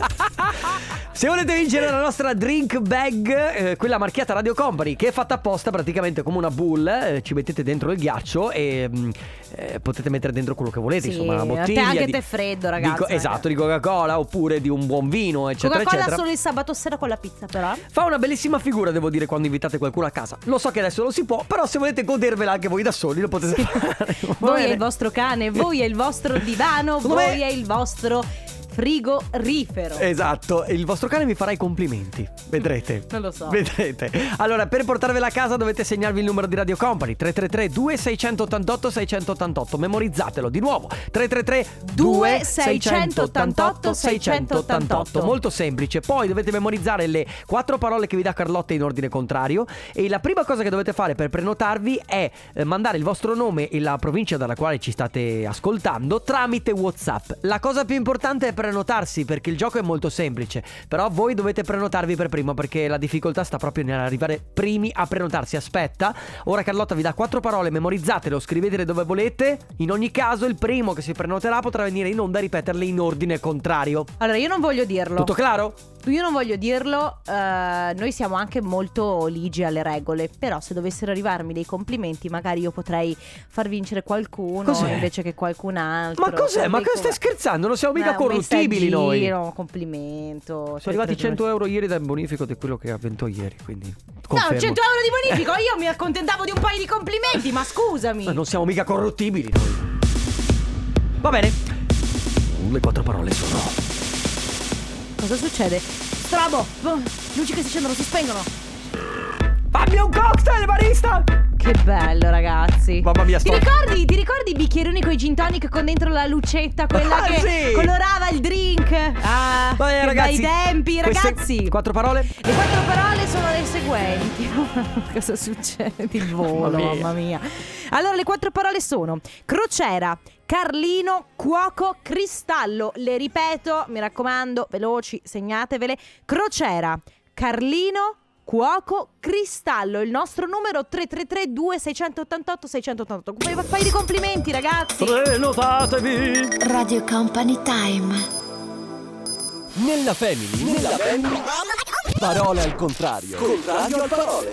[SPEAKER 1] Se volete vincere la nostra drink bag, eh, quella marchiata Radio Company, che è fatta apposta praticamente come una bull, eh, ci mettete dentro il ghiaccio e mm, eh, potete mettere dentro quello che volete,
[SPEAKER 2] Sì,
[SPEAKER 1] insomma, una
[SPEAKER 2] a te
[SPEAKER 1] bottiglia.
[SPEAKER 2] anche
[SPEAKER 1] di-
[SPEAKER 2] te è freddo,
[SPEAKER 1] di
[SPEAKER 2] ragazzi,
[SPEAKER 1] co-
[SPEAKER 2] eh.
[SPEAKER 1] esatto, di Coca-Cola oppure di un buon vino, eccetera,
[SPEAKER 2] Coca-Cola
[SPEAKER 1] eccetera.
[SPEAKER 2] solo il sabato sera con la pizza, però.
[SPEAKER 1] Fa una bellissima figura, devo dire, quando invitate qualcuno a casa. Lo so che adesso non si può, però se volete godervela anche voi da soli, lo potete fare. va
[SPEAKER 2] Voi è
[SPEAKER 1] bene?
[SPEAKER 2] il vostro cane, voi è il vostro divano,
[SPEAKER 1] Secondo
[SPEAKER 2] voi
[SPEAKER 1] me-
[SPEAKER 2] è il vostro frigorifero.
[SPEAKER 1] Esatto, il vostro cane vi farà i complimenti. Vedrete.
[SPEAKER 2] Non lo so.
[SPEAKER 1] Vedrete. Allora, per portarvela a casa dovete segnarvi il numero di Radio Company 333 2688 688. Memorizzatelo di nuovo. 333 2688 688. Molto semplice. Poi dovete memorizzare le quattro parole che vi dà Carlotta in ordine contrario e la prima cosa che dovete fare per prenotarvi è eh, mandare il vostro nome e la provincia dalla quale ci state ascoltando tramite WhatsApp. La cosa più importante è prenotarsi perché il gioco è molto semplice, però voi dovete prenotarvi per primo perché la difficoltà sta proprio nell'arrivare primi a prenotarsi. Aspetta, ora Carlotta vi dà quattro parole, memorizzatelo, scrivetele dove volete. In ogni caso il primo che si prenoterà potrà venire in onda a ripeterle in ordine contrario.
[SPEAKER 2] Allora, io non voglio dirlo.
[SPEAKER 1] Tutto chiaro?
[SPEAKER 2] Io non voglio dirlo, eh, noi siamo anche molto ligi alle regole, però se dovessero arrivarmi dei complimenti magari io potrei far vincere qualcuno
[SPEAKER 1] Cos'è?
[SPEAKER 2] invece che qualcun altro. Cioè,
[SPEAKER 1] Ma cos'è? Ma
[SPEAKER 2] Dei
[SPEAKER 1] che stai
[SPEAKER 2] com-
[SPEAKER 1] scherzando? Non siamo mica
[SPEAKER 2] Ma un
[SPEAKER 1] corruttibili noi.
[SPEAKER 2] messaggino, un complimento.
[SPEAKER 1] Sono arrivati 100 euro ieri dal bonifico di quello che avventò ieri, quindi confermo.
[SPEAKER 2] Certo, No, 100 euro di bonifico, io mi accontentavo di un paio di complimenti, ma scusami.
[SPEAKER 1] Ma non siamo mica corruttibili noi. Va bene. Le quattro parole sono.
[SPEAKER 2] Cosa succede? Strabo, boh, luci che si scendono, si spengono.
[SPEAKER 1] Fammi un cocktail, barista!
[SPEAKER 2] Che bello, ragazzi.
[SPEAKER 1] Mamma mia,
[SPEAKER 2] Ti
[SPEAKER 1] sto.
[SPEAKER 2] ricordi, ti ricordi i bicchieroni con i gin tonic con dentro la lucetta, quella
[SPEAKER 1] Ah,
[SPEAKER 2] che
[SPEAKER 1] sì!
[SPEAKER 2] colorava il drink? Ah,
[SPEAKER 1] Va bene,
[SPEAKER 2] che
[SPEAKER 1] ragazzi.
[SPEAKER 2] bei tempi,
[SPEAKER 1] Queste
[SPEAKER 2] ragazzi.
[SPEAKER 1] Quattro parole?
[SPEAKER 2] Le quattro parole sono le seguenti. Cosa succede? Il volo,
[SPEAKER 1] Mamma mia.
[SPEAKER 2] mamma mia. Allora, le quattro parole sono crociera, carlino, cuoco, cristallo. Le ripeto, mi raccomando, veloci, segnatevele. Crociera, carlino, cuoco, cristallo. Il nostro numero 333 2688 688. Un paio di complimenti, ragazzi.
[SPEAKER 1] Prenotatevi!
[SPEAKER 10] Radio Company Time.
[SPEAKER 5] Nella family, nella family. Parole al contrario. Contrario al parole.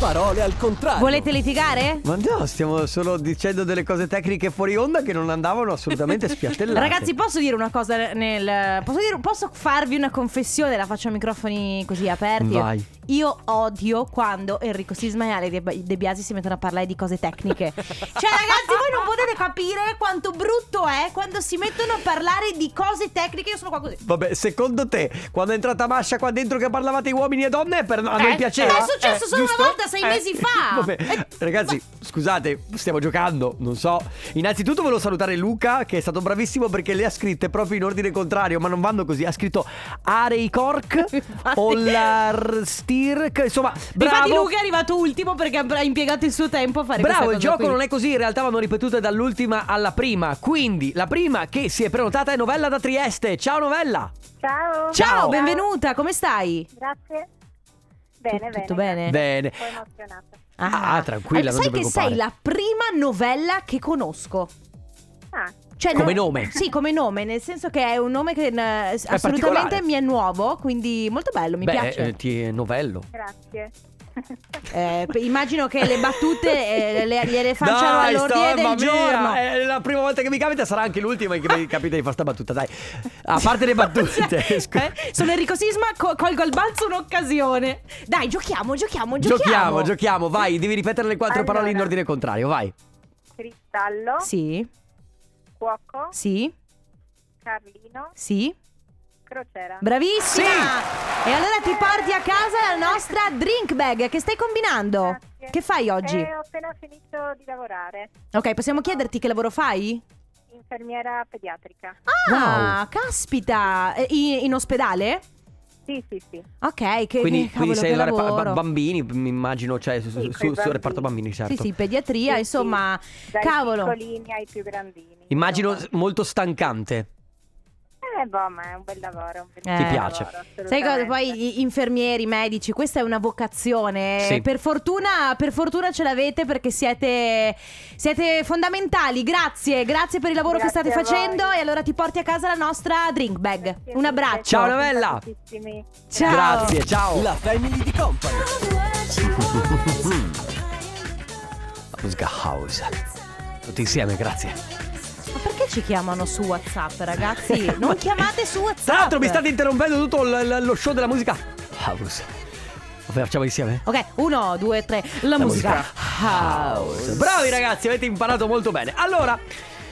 [SPEAKER 5] Parole al contrario.
[SPEAKER 2] Volete litigare?
[SPEAKER 1] Ma no, stiamo solo dicendo delle cose tecniche fuori onda che non andavano assolutamente spiattellate.
[SPEAKER 2] Ragazzi, posso dire una cosa nel. Posso, dire- posso farvi una confessione? La faccio a microfoni così aperti.
[SPEAKER 1] Vai.
[SPEAKER 2] Io odio quando Enrico Sisma e Ale De- De Biasi si mettono a parlare di cose tecniche. cioè, ragazzi, voi non potete capire quanto brutto è quando si mettono a parlare di cose tecniche. Io sono qua così.
[SPEAKER 1] Vabbè, secondo te, quando è entrata Masha qua dentro che parlavate di uomini e donne, per... a noi piaceva?
[SPEAKER 2] Ma Eh, è successo solo una
[SPEAKER 1] Cioè, eh, giusto?
[SPEAKER 2] volta sei mesi fa.
[SPEAKER 1] Vabbè,
[SPEAKER 2] Eh,
[SPEAKER 1] ragazzi, scusate, stiamo giocando, non so. Innanzitutto volevo salutare Luca, che è stato bravissimo perché le ha scritte proprio in ordine contrario, ma non vanno così. Ha scritto Arei Cork, Stirk, insomma, bravo.
[SPEAKER 2] Infatti, Luca è arrivato ultimo perché ha impiegato il suo tempo a fare
[SPEAKER 1] Bravo,
[SPEAKER 2] questa
[SPEAKER 1] il
[SPEAKER 2] cosa
[SPEAKER 1] gioco
[SPEAKER 2] qui.
[SPEAKER 1] non è così, in realtà vanno ripetute dall'ultima alla prima. Quindi, la prima che si è prenotata è Novella da Trieste. Ciao Novella! Ciao.
[SPEAKER 11] Ciao.
[SPEAKER 2] Ciao, benvenuta, come stai?
[SPEAKER 11] Grazie. Bene,
[SPEAKER 2] Tutto bene?
[SPEAKER 1] Bene.
[SPEAKER 11] Sono emozionata.
[SPEAKER 1] Ah, ah, tranquilla,
[SPEAKER 2] Eh,
[SPEAKER 1] non ti
[SPEAKER 2] Sai che
[SPEAKER 1] preoccupare.
[SPEAKER 2] sei la prima novella che conosco.
[SPEAKER 11] Ah,
[SPEAKER 2] Cioè,
[SPEAKER 1] Come
[SPEAKER 2] non-
[SPEAKER 1] nome.
[SPEAKER 2] Sì, come nome, nel senso che è un nome che eh, assolutamente
[SPEAKER 1] particolare.
[SPEAKER 2] mi è nuovo, quindi molto bello, mi
[SPEAKER 1] Beh,
[SPEAKER 2] piace.
[SPEAKER 1] eh, ti è novello.
[SPEAKER 11] grazie.
[SPEAKER 2] Eh, p- immagino che le battute eh, le, gliele facciano
[SPEAKER 1] Dai, Eh,
[SPEAKER 2] all'ordine
[SPEAKER 1] sto-
[SPEAKER 2] del
[SPEAKER 1] mamma
[SPEAKER 2] giorno.
[SPEAKER 1] mia, È la prima volta che mi capita, sarà anche l'ultima che mi capita di fare sta battuta, dai. A parte le battute.
[SPEAKER 2] Cioè,
[SPEAKER 1] scusa.
[SPEAKER 2] eh, sono Enrico Sisma, co- colgo al balzo un'occasione. Dai, giochiamo, giochiamo, giochiamo.
[SPEAKER 1] Giochiamo, giochiamo, vai, devi ripetere le quattro
[SPEAKER 11] Allora.
[SPEAKER 1] parole in ordine contrario, vai.
[SPEAKER 11] Cristallo,
[SPEAKER 2] Sì,
[SPEAKER 11] cuoco,
[SPEAKER 2] sì,
[SPEAKER 11] Carlino,
[SPEAKER 2] sì.
[SPEAKER 11] crociera.
[SPEAKER 2] Bravissima! E allora ti porti a casa la nostra drink bag. Che stai combinando?
[SPEAKER 11] Grazie.
[SPEAKER 2] Che fai oggi?
[SPEAKER 11] Eh, ho appena finito di lavorare,
[SPEAKER 2] Ok, possiamo chiederti che lavoro fai?
[SPEAKER 11] infermiera pediatrica.
[SPEAKER 2] Ah, caspita! Eh, In, in ospedale?
[SPEAKER 11] Sì, sì, sì.
[SPEAKER 2] Ok, che
[SPEAKER 1] quindi,
[SPEAKER 2] che
[SPEAKER 1] quindi
[SPEAKER 2] cavolo,
[SPEAKER 1] sei
[SPEAKER 2] Ah, che
[SPEAKER 1] la repa-
[SPEAKER 2] lavoro.
[SPEAKER 1] ba- bambini, mi immagino, cioè su,
[SPEAKER 11] Sì, coi
[SPEAKER 1] su- sul
[SPEAKER 11] bambini.
[SPEAKER 1] reparto bambini, certo.
[SPEAKER 2] Sì, sì, pediatria,
[SPEAKER 11] Sì,
[SPEAKER 2] insomma,
[SPEAKER 11] sì. Dai
[SPEAKER 2] cavolo.
[SPEAKER 11] piccolini ai più grandini.
[SPEAKER 1] Immagino
[SPEAKER 11] insomma.
[SPEAKER 1] molto stancante.
[SPEAKER 11] Eh, boh, ma è un bel lavoro. Un bel
[SPEAKER 2] Eh. Ti piace?
[SPEAKER 11] lavoro,
[SPEAKER 2] Sai cosa?
[SPEAKER 11] assolutamente.
[SPEAKER 2] Poi gli infermieri, medici, questa è una vocazione.
[SPEAKER 1] Sì.
[SPEAKER 2] Per, fortuna, per fortuna ce l'avete perché siete, siete fondamentali. Grazie, grazie per il lavoro
[SPEAKER 11] Grazie
[SPEAKER 2] che state
[SPEAKER 11] a voi.
[SPEAKER 2] facendo. E allora ti porti a casa la nostra drink bag.
[SPEAKER 11] Grazie
[SPEAKER 2] Un
[SPEAKER 11] mille,
[SPEAKER 2] abbraccio.
[SPEAKER 1] Ciao,
[SPEAKER 11] siete
[SPEAKER 1] Novella.
[SPEAKER 11] simpaticissimi.
[SPEAKER 2] Ciao.
[SPEAKER 1] Grazie, ciao.
[SPEAKER 5] La family di company.
[SPEAKER 1] Musica house. Tutti insieme, grazie.
[SPEAKER 2] Ma perché ci chiamano su WhatsApp, ragazzi? Non chiamate su WhatsApp.
[SPEAKER 1] Tra l'altro mi state interrompendo tutto l- l- lo show della musica house. Lo facciamo insieme?
[SPEAKER 2] Ok, uno, due, tre. La, musica. house.
[SPEAKER 1] Bravi ragazzi, avete imparato molto bene. Allora,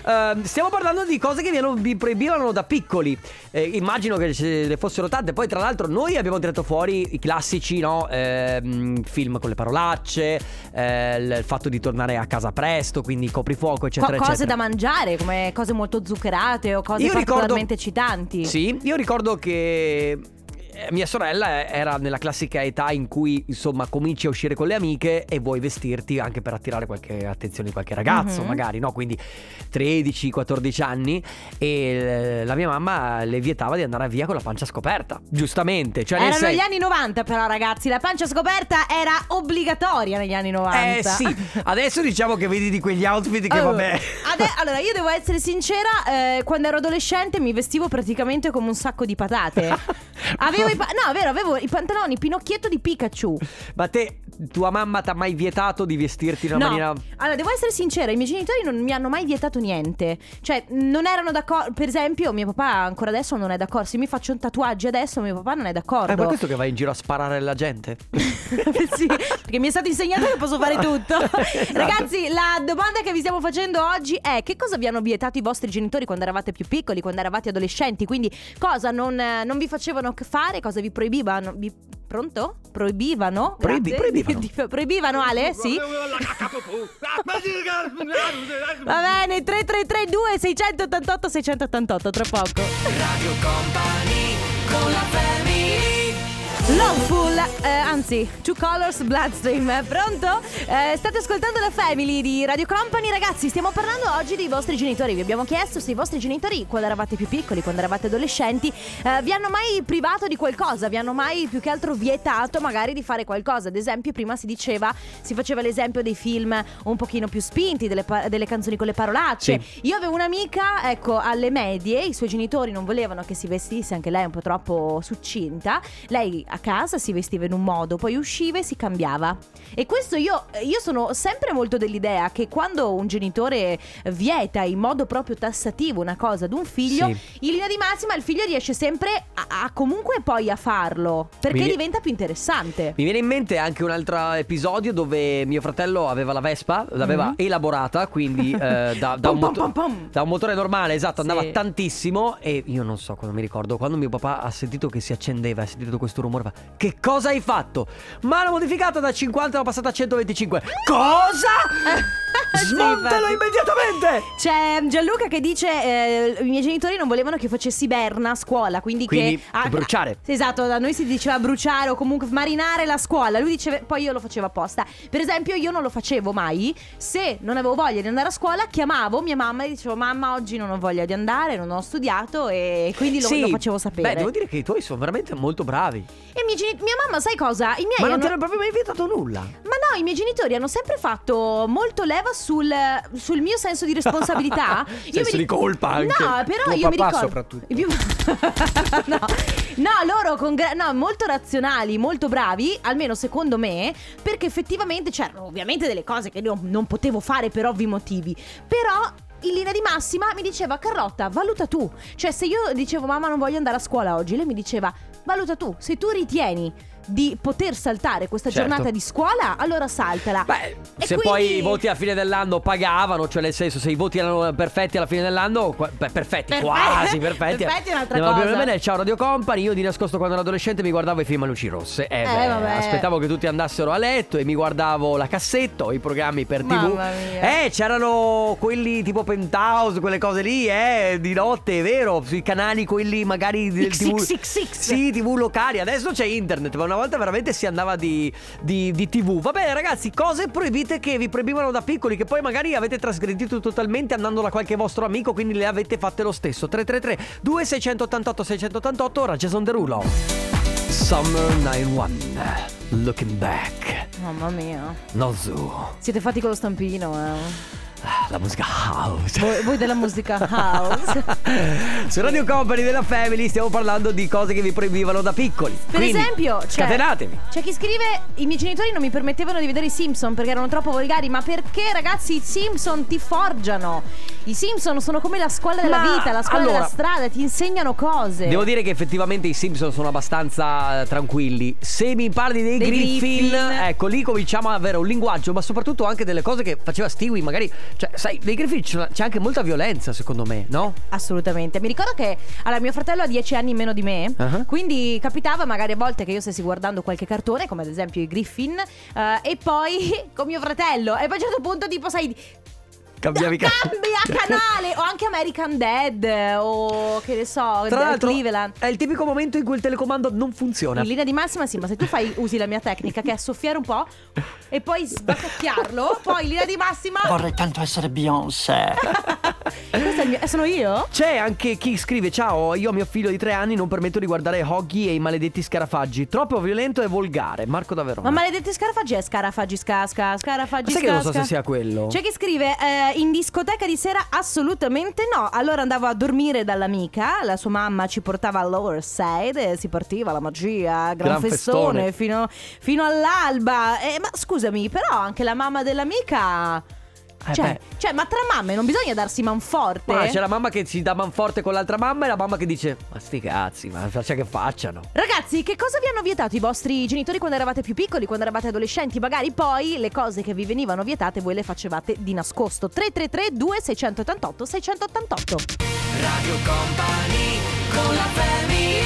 [SPEAKER 1] ehm, stiamo parlando di cose che vi, hanno- vi proibivano da piccoli. Eh, immagino che ce ne fossero tante. Poi, tra l'altro, noi abbiamo tirato fuori i classici, no? Ehm, film con le parolacce, eh, il il fatto di tornare a casa presto, quindi coprifuoco,
[SPEAKER 2] Co-
[SPEAKER 1] eccetera,
[SPEAKER 2] cose
[SPEAKER 1] eccetera.
[SPEAKER 2] da mangiare, come cose molto zuccherate o cose
[SPEAKER 1] Io ricordo-
[SPEAKER 2] particolarmente eccitanti.
[SPEAKER 1] Sì, io ricordo che eh, mia sorella era nella classica età in cui insomma cominci a uscire con le amiche e vuoi vestirti anche per attirare qualche attenzione di qualche ragazzo,
[SPEAKER 2] Mhm.
[SPEAKER 1] magari, no? Quindi 13-14 anni e eh, la mia mamma le vietava di andare via con la pancia scoperta, giustamente. Cioè, nel
[SPEAKER 2] Erano
[SPEAKER 1] sen-
[SPEAKER 2] gli anni 90 però ragazzi, la pancia scoperta era obbligatoria negli anni 90.
[SPEAKER 1] Eh sì, adesso diciamo che vedi di quegli outfit che
[SPEAKER 2] Oh.
[SPEAKER 1] vabbè.
[SPEAKER 2] Ade- allora, io devo essere sincera, eh, quando ero adolescente mi vestivo praticamente come un sacco di patate. Avevo i pa- no, è vero, avevo i pantaloni Pinocchietto di Pikachu.
[SPEAKER 1] Ma te, tua mamma ti ha mai vietato di vestirti in una
[SPEAKER 2] no.
[SPEAKER 1] maniera...
[SPEAKER 2] Allora, devo essere sincera, i miei genitori non mi hanno mai vietato niente. Cioè, non erano d'accordo. Per esempio, mio papà ancora adesso non è d'accordo. Se mi faccio un tatuaggio adesso, mio papà non è d'accordo.
[SPEAKER 1] È per Eh, questo che vai in giro a sparare alla gente?
[SPEAKER 2] sì, perché mi è stato insegnato che posso fare tutto.
[SPEAKER 1] Esatto.
[SPEAKER 2] Ragazzi, la domanda che vi stiamo facendo oggi è: che cosa vi hanno vietato i vostri genitori quando eravate più piccoli, quando eravate adolescenti? Quindi, cosa non, eh, non vi facevano c- fare, cosa vi proibivano? Vi- Pronto? Proibivano?
[SPEAKER 1] Proibi-
[SPEAKER 2] Grazie.
[SPEAKER 1] proibivano.
[SPEAKER 2] Di- di- proibivano, Ale? Sì. Va bene, 3332 688 688 tra poco.
[SPEAKER 3] Radio Company con la family
[SPEAKER 2] Loveful, eh, anzi, Two Colors Bloodstream, eh, pronto? Eh, state ascoltando la Family di Radio Company, ragazzi, stiamo parlando oggi dei vostri genitori. Vi abbiamo chiesto se i vostri genitori, quando eravate più piccoli, quando eravate adolescenti, eh, vi hanno mai privato di qualcosa, vi hanno mai più che altro vietato magari di fare qualcosa. Ad esempio, prima si diceva, si faceva l'esempio dei film un pochino più spinti, delle, pa- delle canzoni con le parolacce. Io avevo un'amica, ecco, alle medie, i suoi genitori non volevano che si vestisse, anche lei è un po' troppo succinta. Lei a casa si vestiva in un modo, poi usciva e si cambiava. E questo io, io sono sempre molto dell'idea che quando un genitore vieta in modo proprio tassativo una cosa ad un figlio, in linea di massima il figlio riesce sempre a, a comunque poi a farlo, perché
[SPEAKER 1] Mi-
[SPEAKER 2] diventa più interessante.
[SPEAKER 1] Mi viene in mente anche un altro episodio dove mio fratello aveva la Vespa, l'aveva
[SPEAKER 2] Mhm.
[SPEAKER 1] elaborata, quindi eh, da, da un
[SPEAKER 2] Pom, pom,
[SPEAKER 1] moto-
[SPEAKER 2] pom, pom.
[SPEAKER 1] da un motore normale, esatto,
[SPEAKER 2] Sì.
[SPEAKER 1] andava tantissimo e io non so quando mi ricordo, quando mio papà ha sentito che si accendeva, ha sentito questo rumore, fa, che cosa hai fatto? Ma l'ho modificata da 50, l'ho passata a 125. Cosa?
[SPEAKER 2] Eh, Sì,
[SPEAKER 1] Smontalo
[SPEAKER 2] infatti.
[SPEAKER 1] immediatamente!
[SPEAKER 2] C'è mm, Gianluca che dice eh, i miei genitori non volevano che facessi berna a scuola, quindi,
[SPEAKER 1] Quindi
[SPEAKER 2] che ah,
[SPEAKER 1] bruciare.
[SPEAKER 2] Sì, Esatto, da noi si diceva bruciare o comunque marinare la scuola. Lui diceva poi io lo facevo apposta. Per esempio, io non lo facevo mai. Se non avevo voglia di andare a scuola, chiamavo mia mamma e dicevo "Mamma, oggi non ho voglia di andare, non ho studiato" e quindi lo,
[SPEAKER 1] Sì,
[SPEAKER 2] lo facevo sapere.
[SPEAKER 1] Beh, devo dire che i tuoi sono veramente molto bravi.
[SPEAKER 2] E i miei geni- mia mamma, sai cosa? I miei
[SPEAKER 1] Ma non
[SPEAKER 2] hanno-
[SPEAKER 1] ti hanno proprio mai vietato nulla.
[SPEAKER 2] ma no, i miei genitori hanno sempre fatto molto leva sul, sul mio senso di responsabilità.
[SPEAKER 1] Senso
[SPEAKER 2] mi
[SPEAKER 1] di colpa anche.
[SPEAKER 2] No, però
[SPEAKER 4] Tuo
[SPEAKER 2] io mi
[SPEAKER 4] papà
[SPEAKER 2] ricordo.
[SPEAKER 4] soprattutto.
[SPEAKER 2] Il mio- no. No, loro con gra- no, molto razionali, molto bravi, almeno secondo me, perché effettivamente c'erano ovviamente delle cose che io non potevo fare per ovvi motivi, però in linea di massima mi diceva Carlotta, valuta tu. Cioè se io dicevo mamma non voglio andare a scuola oggi, lei mi diceva valuta tu, se tu ritieni di poter saltare questa
[SPEAKER 1] Certo.
[SPEAKER 2] giornata di scuola, allora saltala.
[SPEAKER 1] Beh,
[SPEAKER 2] E
[SPEAKER 1] se
[SPEAKER 2] quindi-
[SPEAKER 1] poi i voti alla fine dell'anno pagavano, cioè nel senso se i voti erano perfetti alla fine dell'anno, qua- beh, perfetti,
[SPEAKER 2] Perfe-
[SPEAKER 1] quasi perfetti.
[SPEAKER 2] Perfetti è un'altra
[SPEAKER 1] Andiamo
[SPEAKER 2] cosa.
[SPEAKER 1] bene, bene, ciao Radio Company, io di nascosto quando ero adolescente mi guardavo i film a luci rosse. Eh,
[SPEAKER 2] Eh,
[SPEAKER 1] beh,
[SPEAKER 2] vabbè.
[SPEAKER 1] aspettavo che tutti andassero a letto e mi guardavo la cassetta o i programmi per
[SPEAKER 2] Mamma
[SPEAKER 1] TV.
[SPEAKER 2] mia.
[SPEAKER 1] Eh, c'erano quelli tipo Penthouse, quelle cose lì, eh, di notte, è vero, sui canali quelli magari del TV.
[SPEAKER 2] XXXX.
[SPEAKER 1] Sì, TV locali, adesso c'è internet, ma una volta veramente si andava di, di- di TV. Va bene, ragazzi, cose proibite che vi proibivano da piccoli, che poi magari avete trasgredito totalmente andando da qualche vostro amico, quindi le avete fatte lo stesso. 333 2688 688 ora Jason Derulo. Summer 91 Looking back
[SPEAKER 2] Mamma mia.
[SPEAKER 1] Nozu
[SPEAKER 2] Siete fatti con lo stampino, eh.
[SPEAKER 1] La musica house
[SPEAKER 2] voi, voi della musica house.
[SPEAKER 1] Su Radio Company della Family stiamo parlando di cose che vi proibivano da piccoli.
[SPEAKER 2] Per
[SPEAKER 1] Quindi,
[SPEAKER 2] esempio, c'è,
[SPEAKER 1] scatenatevi.
[SPEAKER 2] c'è chi scrive: I miei genitori non mi permettevano di vedere i Simpson perché erano troppo volgari. Ma perché, ragazzi, i Simpson ti forgiano? I Simpson sono come la scuola della
[SPEAKER 1] Ma,
[SPEAKER 2] vita, la scuola
[SPEAKER 1] allora-
[SPEAKER 2] della strada, ti insegnano cose.
[SPEAKER 1] Devo dire che effettivamente i Simpson sono abbastanza eh, tranquilli. Se mi parli dei,
[SPEAKER 2] Dei
[SPEAKER 1] Griffin,
[SPEAKER 2] Griffin.
[SPEAKER 1] ecco lì cominciamo ad avere un linguaggio, ma soprattutto anche delle cose che faceva Stewie. Magari, cioè, sai, dei Griffin c'è, una- c'è anche molta violenza, secondo me, no?
[SPEAKER 2] Assolutamente. Mi ricordo che allora, mio fratello ha 10 anni in meno di me,
[SPEAKER 1] Ah.
[SPEAKER 2] quindi capitava magari a volte che io stessi guardando qualche cartone, come ad esempio i Griffin, eh, e poi con mio fratello. E poi a un certo punto, tipo, sai.
[SPEAKER 1] Cambiavi
[SPEAKER 2] cambia
[SPEAKER 1] canale.
[SPEAKER 2] canale! O anche American Dead, eh, o che ne so,
[SPEAKER 1] Tra l'altro,
[SPEAKER 2] Cleveland.
[SPEAKER 1] è il tipico momento in cui il telecomando non funziona.
[SPEAKER 2] In linea di massima sì, ma se tu fai, usi la mia tecnica che è soffiare un po' e poi sbacocchiarlo, poi in linea di massima...
[SPEAKER 12] Vorrei tanto essere Beyoncé.
[SPEAKER 2] Questo è il il mio- eh, sono io?
[SPEAKER 1] C'è anche chi scrive: Ciao, io a mio figlio di tre anni non permetto di guardare Hoggy e i maledetti scarafaggi. Troppo violento e volgare. Marco da Verona.
[SPEAKER 2] Ma maledetti scarafaggi è scarafaggi scasca,
[SPEAKER 1] Ma
[SPEAKER 2] scarafaggi
[SPEAKER 1] sai che
[SPEAKER 2] sca,
[SPEAKER 1] non so
[SPEAKER 2] sca.
[SPEAKER 1] se sia quello?
[SPEAKER 2] C'è chi scrive eh, in discoteca di sera assolutamente no. Allora andavo a dormire dall'amica, la sua mamma ci portava all'Over Side e si partiva la magia, gran,
[SPEAKER 1] Gran
[SPEAKER 2] festone,
[SPEAKER 1] festone.
[SPEAKER 2] Fino, fino all'alba. Eh, ma scusami, però anche la mamma dell'amica...
[SPEAKER 1] Eh,
[SPEAKER 2] Cioè,
[SPEAKER 1] beh.
[SPEAKER 2] cioè, ma tra mamme non bisogna darsi manforte.
[SPEAKER 1] Ma c'è la mamma che si dà manforte con l'altra mamma e la mamma che dice: Ma sti cazzi, ma faccia che facciano.
[SPEAKER 2] Ragazzi, che cosa vi hanno vietato i vostri genitori quando eravate più piccoli, quando eravate adolescenti? Magari poi le cose che vi venivano vietate voi le facevate di nascosto. 333 2688 688.
[SPEAKER 3] Radio Company con la family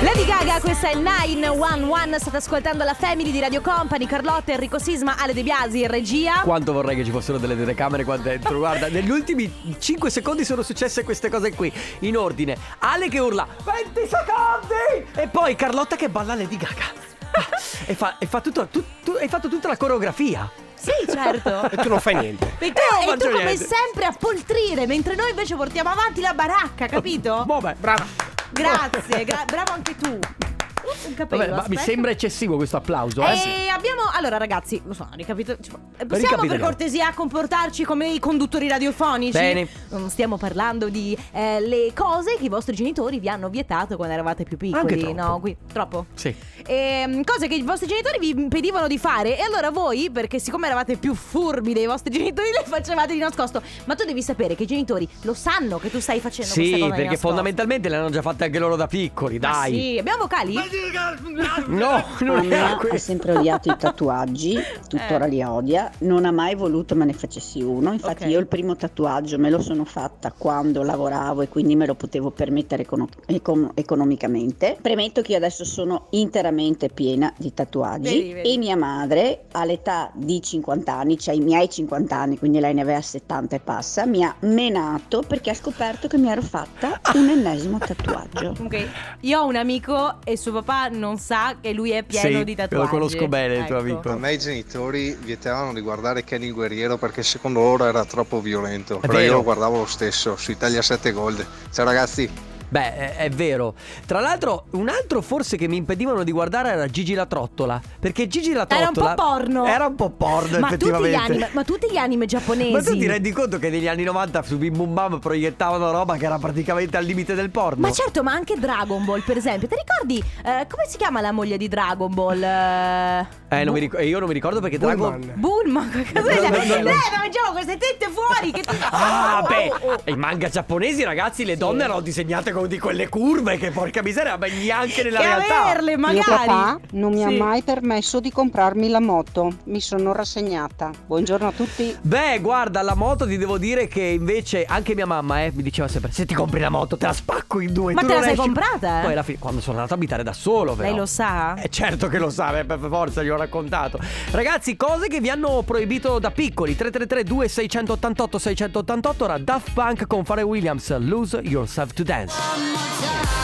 [SPEAKER 2] Lady Gaga, questa è il 911, state ascoltando la Family di Radio Company, Carlotta, Enrico Sisma, Ale De Biasi in regia.
[SPEAKER 1] Quanto vorrei che ci fossero delle telecamere qua dentro. Guarda, negli ultimi 5 secondi sono successe queste cose qui. In ordine, Ale che urla 20 secondi! E poi Carlotta che balla Lady Gaga. Ah, e, fa, e fa tutto, tu- tu- hai fatto tutta la coreografia.
[SPEAKER 2] Sì, certo.
[SPEAKER 4] E tu non fai niente.
[SPEAKER 2] E tu,
[SPEAKER 1] Eh, non
[SPEAKER 2] e
[SPEAKER 1] faccio
[SPEAKER 2] tu come
[SPEAKER 1] niente.
[SPEAKER 2] sempre a poltrire, mentre noi invece portiamo avanti la baracca, capito?
[SPEAKER 1] Vabbè,
[SPEAKER 4] brava.
[SPEAKER 2] Grazie, gra- bravo anche tu. Ups, un capello,
[SPEAKER 1] Vabbè, ma mi
[SPEAKER 2] aspetta.
[SPEAKER 1] sembra eccessivo questo applauso. eh?
[SPEAKER 2] E abbiamo. Allora, ragazzi, non so, ricapito- cioè, possiamo per
[SPEAKER 1] Ricapitoliamo.
[SPEAKER 2] cortesia comportarci come i conduttori radiofonici?
[SPEAKER 1] Bene.
[SPEAKER 2] Mm, Stiamo parlando di eh, le cose che i vostri genitori vi hanno vietato quando eravate più piccoli.
[SPEAKER 1] Anche troppo.
[SPEAKER 2] No, qui troppo.
[SPEAKER 1] Sì.
[SPEAKER 2] Ehm, cose che i vostri genitori vi impedivano di fare. E allora voi, perché siccome eravate più furbi dei vostri genitori, le facevate di nascosto. Ma tu devi sapere che i genitori lo sanno che tu stai facendo questa
[SPEAKER 1] Sì,
[SPEAKER 2] cosa. di
[SPEAKER 1] perché
[SPEAKER 2] nascosto.
[SPEAKER 1] fondamentalmente le hanno già fatte anche loro da piccoli,
[SPEAKER 2] Ma
[SPEAKER 1] dai.
[SPEAKER 2] sì, abbiamo vocali?
[SPEAKER 1] No, non è
[SPEAKER 12] ha sempre odiato i tatuaggi,
[SPEAKER 2] Eh,
[SPEAKER 12] tuttora li odia, non ha mai voluto me ne facessi uno, infatti
[SPEAKER 2] Ok.
[SPEAKER 12] io il primo tatuaggio me lo sono fatta quando lavoravo e quindi me lo potevo permettere econo- econ- economicamente. Premetto che io adesso sono interamente piena di tatuaggi
[SPEAKER 2] Vedi, vedi.
[SPEAKER 12] e mia madre all'età di 50 anni, cioè i miei 50 anni, quindi lei ne aveva 70 e passa, mi ha menato perché ha scoperto che mi ero fatta un ennesimo tatuaggio.
[SPEAKER 2] Comunque, io ho un amico e suo papà non sa che lui è pieno
[SPEAKER 1] Sì,
[SPEAKER 2] di tatuaggi.
[SPEAKER 1] lo conosco bene, il tuo
[SPEAKER 2] Ecco.
[SPEAKER 1] amico.
[SPEAKER 13] A me i genitori vietavano di guardare Kenny il guerriero perché secondo loro era troppo violento. però
[SPEAKER 1] vero.
[SPEAKER 13] io lo guardavo lo stesso su Italia 7 Gold. Ciao ragazzi.
[SPEAKER 1] Beh, è, è vero. Tra l'altro, un altro forse che mi impedivano di guardare era Gigi la Trottola. Perché Gigi la
[SPEAKER 2] Era un
[SPEAKER 1] Trottola.
[SPEAKER 2] po' porno.
[SPEAKER 1] Era un po' porno,
[SPEAKER 2] Ma tutti, gli
[SPEAKER 1] effettivamente.
[SPEAKER 2] anime, ma tutti gli anime giapponesi.
[SPEAKER 1] Ma tu ti rendi conto che negli anni 90 su Bim Bum Bam proiettavano roba che era praticamente al limite del porno?
[SPEAKER 2] Ma certo, ma anche Dragon Ball, per esempio. Ti ricordi eh, come si chiama la moglie di Dragon Ball? Eh,
[SPEAKER 1] Eh, non mi ric- eh, io non mi ricordo perché Dragon.
[SPEAKER 2] Bulma. Che cosa
[SPEAKER 1] No, no, no,
[SPEAKER 2] Lei
[SPEAKER 1] no.
[SPEAKER 2] mangiavo Eh, queste tette fuori. Che ti...
[SPEAKER 1] Ah,
[SPEAKER 2] Oh,
[SPEAKER 1] beh,
[SPEAKER 2] oh, oh.
[SPEAKER 1] i manga giapponesi, ragazzi, le donne erano disegnate con di quelle curve che porca miseria, ma neanche nella
[SPEAKER 2] Che
[SPEAKER 1] realtà.
[SPEAKER 2] averle, magari.
[SPEAKER 14] Mio papà non mi
[SPEAKER 2] Sì.
[SPEAKER 14] ha mai permesso di comprarmi la moto, mi sono rassegnata. Buongiorno a tutti.
[SPEAKER 1] Beh, guarda, la moto ti devo dire che invece anche mia mamma eh, mi diceva sempre: Se ti compri la moto, te la spacco in due.
[SPEAKER 2] Ma
[SPEAKER 1] tu
[SPEAKER 2] te la
[SPEAKER 1] non
[SPEAKER 2] sei
[SPEAKER 1] esci-"
[SPEAKER 2] comprata? eh?"
[SPEAKER 1] Poi alla fine, quando sono andato a abitare da solo, però.
[SPEAKER 2] Lei lo sa?
[SPEAKER 1] Eh, certo che lo sa, eh, per forza, gli ho raccontato. Ragazzi, cose che vi hanno proibito da piccoli: 333-2688-688. Ora Daft Punk con Fare Williams, Lose Yourself to Dance.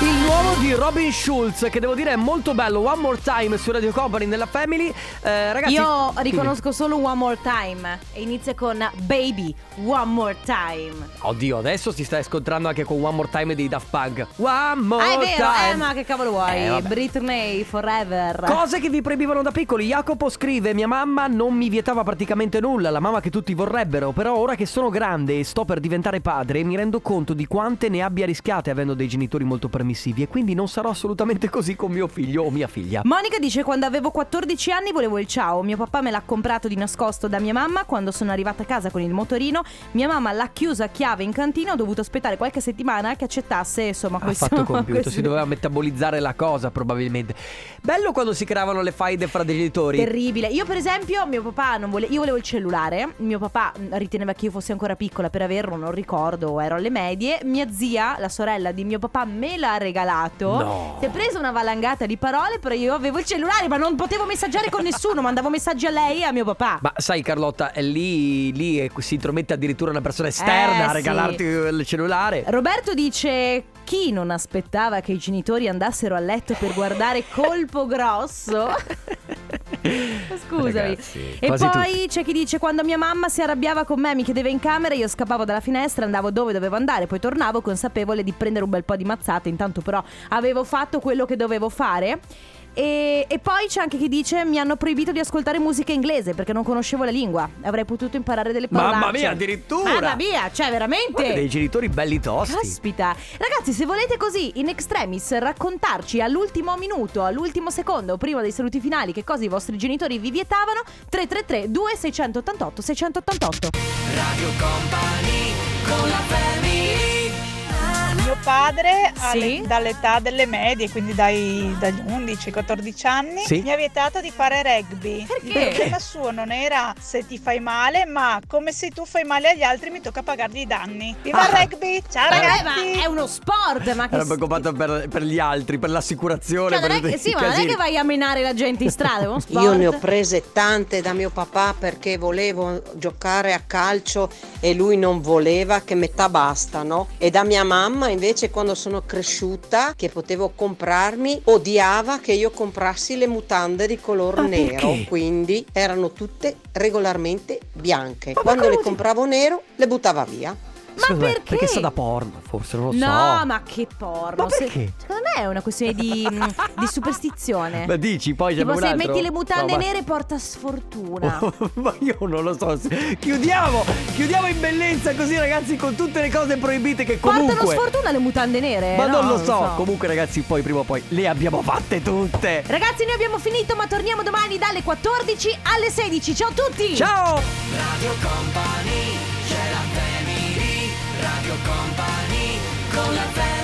[SPEAKER 1] Il nuovo di Robin Schulz, che devo dire è molto bello. One more time su Radio Company nella Family. Eh, ragazzi,
[SPEAKER 2] Io
[SPEAKER 1] dimmi.
[SPEAKER 2] riconosco solo One More Time. E inizia con Baby, One More Time.
[SPEAKER 1] Oddio, adesso si sta scontrando anche con One More Time dei Daft Punk. One More
[SPEAKER 2] ah, è vero,
[SPEAKER 1] Time.
[SPEAKER 2] eh, ma che cavolo vuoi?
[SPEAKER 1] Eh, vabbè.
[SPEAKER 2] Britney Forever.
[SPEAKER 1] Cose che vi proibivano da piccoli. Jacopo scrive: Mia mamma non mi vietava praticamente nulla, la mamma che tutti vorrebbero. Però ora che sono grande e sto per diventare padre, mi rendo conto di quante ne abbia rischiate avendo dei genitori molto permissivi. E quindi non sarò assolutamente così con mio figlio o mia figlia.
[SPEAKER 2] Monica dice quando avevo 14 anni volevo il ciao, mio papà me l'ha comprato di nascosto da mia mamma, quando sono arrivata a casa con il motorino, mia mamma l'ha chiusa a chiave in cantina, ho dovuto aspettare qualche settimana che accettasse insomma
[SPEAKER 1] Ha
[SPEAKER 2] questo.
[SPEAKER 1] fatto compiuto, si
[SPEAKER 2] questo-
[SPEAKER 1] doveva metabolizzare la cosa probabilmente. Bello quando si creavano le faide fra dei genitori.
[SPEAKER 2] Terribile. Io, per esempio, mio papà non vole- io volevo il cellulare. Mio papà mh, riteneva che io fossi ancora piccola per averlo, non ricordo, ero alle medie. Mia zia, la sorella di mio papà, me l'ha regalato.
[SPEAKER 1] No.
[SPEAKER 2] Si è presa una valangata di parole, però io avevo il cellulare, ma non potevo messaggiare con nessuno. Mandavo messaggi a lei e a mio papà.
[SPEAKER 1] Ma sai Carlotta, è lì, lì è- si intromette addirittura una persona esterna
[SPEAKER 2] Eh,
[SPEAKER 1] a
[SPEAKER 2] sì.
[SPEAKER 1] regalarti il cellulare.
[SPEAKER 2] Roberto dice: Chi non aspettava che i genitori andassero a letto per guardare colpo grosso? Scusami.
[SPEAKER 1] Ragazzi,
[SPEAKER 2] e
[SPEAKER 1] quasi
[SPEAKER 2] poi c'è chi dice: Quando mia mamma si arrabbiava con me, mi chiedeva in camera, io scappavo dalla finestra, andavo dove dovevo andare, poi tornavo consapevole di prendere un bel po' di mazzate. Intanto, però, avevo fatto quello che dovevo fare. E, e poi c'è anche chi dice: Mi hanno proibito di ascoltare musica inglese perché non conoscevo la lingua. Avrei potuto imparare delle parole.
[SPEAKER 1] Mamma mia, addirittura!
[SPEAKER 2] Mamma mia, cioè,
[SPEAKER 1] Guarda, dei
[SPEAKER 2] veramente.
[SPEAKER 1] genitori belli tosti.
[SPEAKER 2] Caspita, ragazzi, se volete così in extremis raccontarci all'ultimo minuto, all'ultimo secondo, prima dei saluti finali, che cosa i vostri genitori vi vietavano, 333 2688 688.
[SPEAKER 1] Ah,
[SPEAKER 3] Radio Company con la family
[SPEAKER 15] Mio padre alle- dall'età delle medie, quindi dai, dagli 11 ai 14 anni,
[SPEAKER 3] Sì.
[SPEAKER 15] mi ha vietato di fare rugby.
[SPEAKER 2] Perché?
[SPEAKER 15] Il problema suo non era se ti fai male, ma come se tu fai male agli altri mi tocca pagargli i danni. Viva il
[SPEAKER 1] Ah.
[SPEAKER 15] rugby! Ciao
[SPEAKER 2] Vabbè,
[SPEAKER 15] ragazzi!
[SPEAKER 2] Eh, ma è uno sport, ma che
[SPEAKER 1] Era preoccupato per, per gli altri, per l'assicurazione.
[SPEAKER 2] Cioè,
[SPEAKER 1] per
[SPEAKER 2] non è che,
[SPEAKER 1] tutti
[SPEAKER 2] sì,
[SPEAKER 1] i
[SPEAKER 2] ma non è
[SPEAKER 1] casini.
[SPEAKER 2] che vai a menare la gente in strada, è uno sport.
[SPEAKER 16] Io ne ho prese tante da mio papà perché volevo giocare a calcio e lui non voleva che metà basta, no? E da mia mamma invece quando sono cresciuta che potevo comprarmi odiava che io comprassi le mutande di color nero,
[SPEAKER 17] perché?
[SPEAKER 16] quindi erano tutte regolarmente bianche. quando le compravo nero le buttava via.
[SPEAKER 1] Scusa, Ma perché? sta da porno, forse, non lo so.
[SPEAKER 2] No, ma che porno.
[SPEAKER 1] Ma
[SPEAKER 2] Se-
[SPEAKER 1] perché?
[SPEAKER 2] secondo me è una questione di, mm, di superstizione.
[SPEAKER 1] Ma dici, poi c'è
[SPEAKER 2] Tipo,
[SPEAKER 1] un
[SPEAKER 2] se
[SPEAKER 1] altro?
[SPEAKER 2] metti le mutande
[SPEAKER 1] No, ma- Oh,
[SPEAKER 2] nere porta sfortuna.
[SPEAKER 1] ma io non lo so. Chiudiamo, chiudiamo in bellezza così, ragazzi, con tutte le cose proibite che comunque.
[SPEAKER 2] Portano sfortuna le mutande nere.
[SPEAKER 1] Ma
[SPEAKER 2] Eh, No,
[SPEAKER 1] non lo so. Comunque, ragazzi, poi prima o poi le abbiamo fatte tutte.
[SPEAKER 2] Ragazzi, noi abbiamo finito, ma torniamo domani dalle 14 alle 16. Ciao a tutti!
[SPEAKER 1] Ciao!
[SPEAKER 3] Radio Company c'è la family Radio Company con la family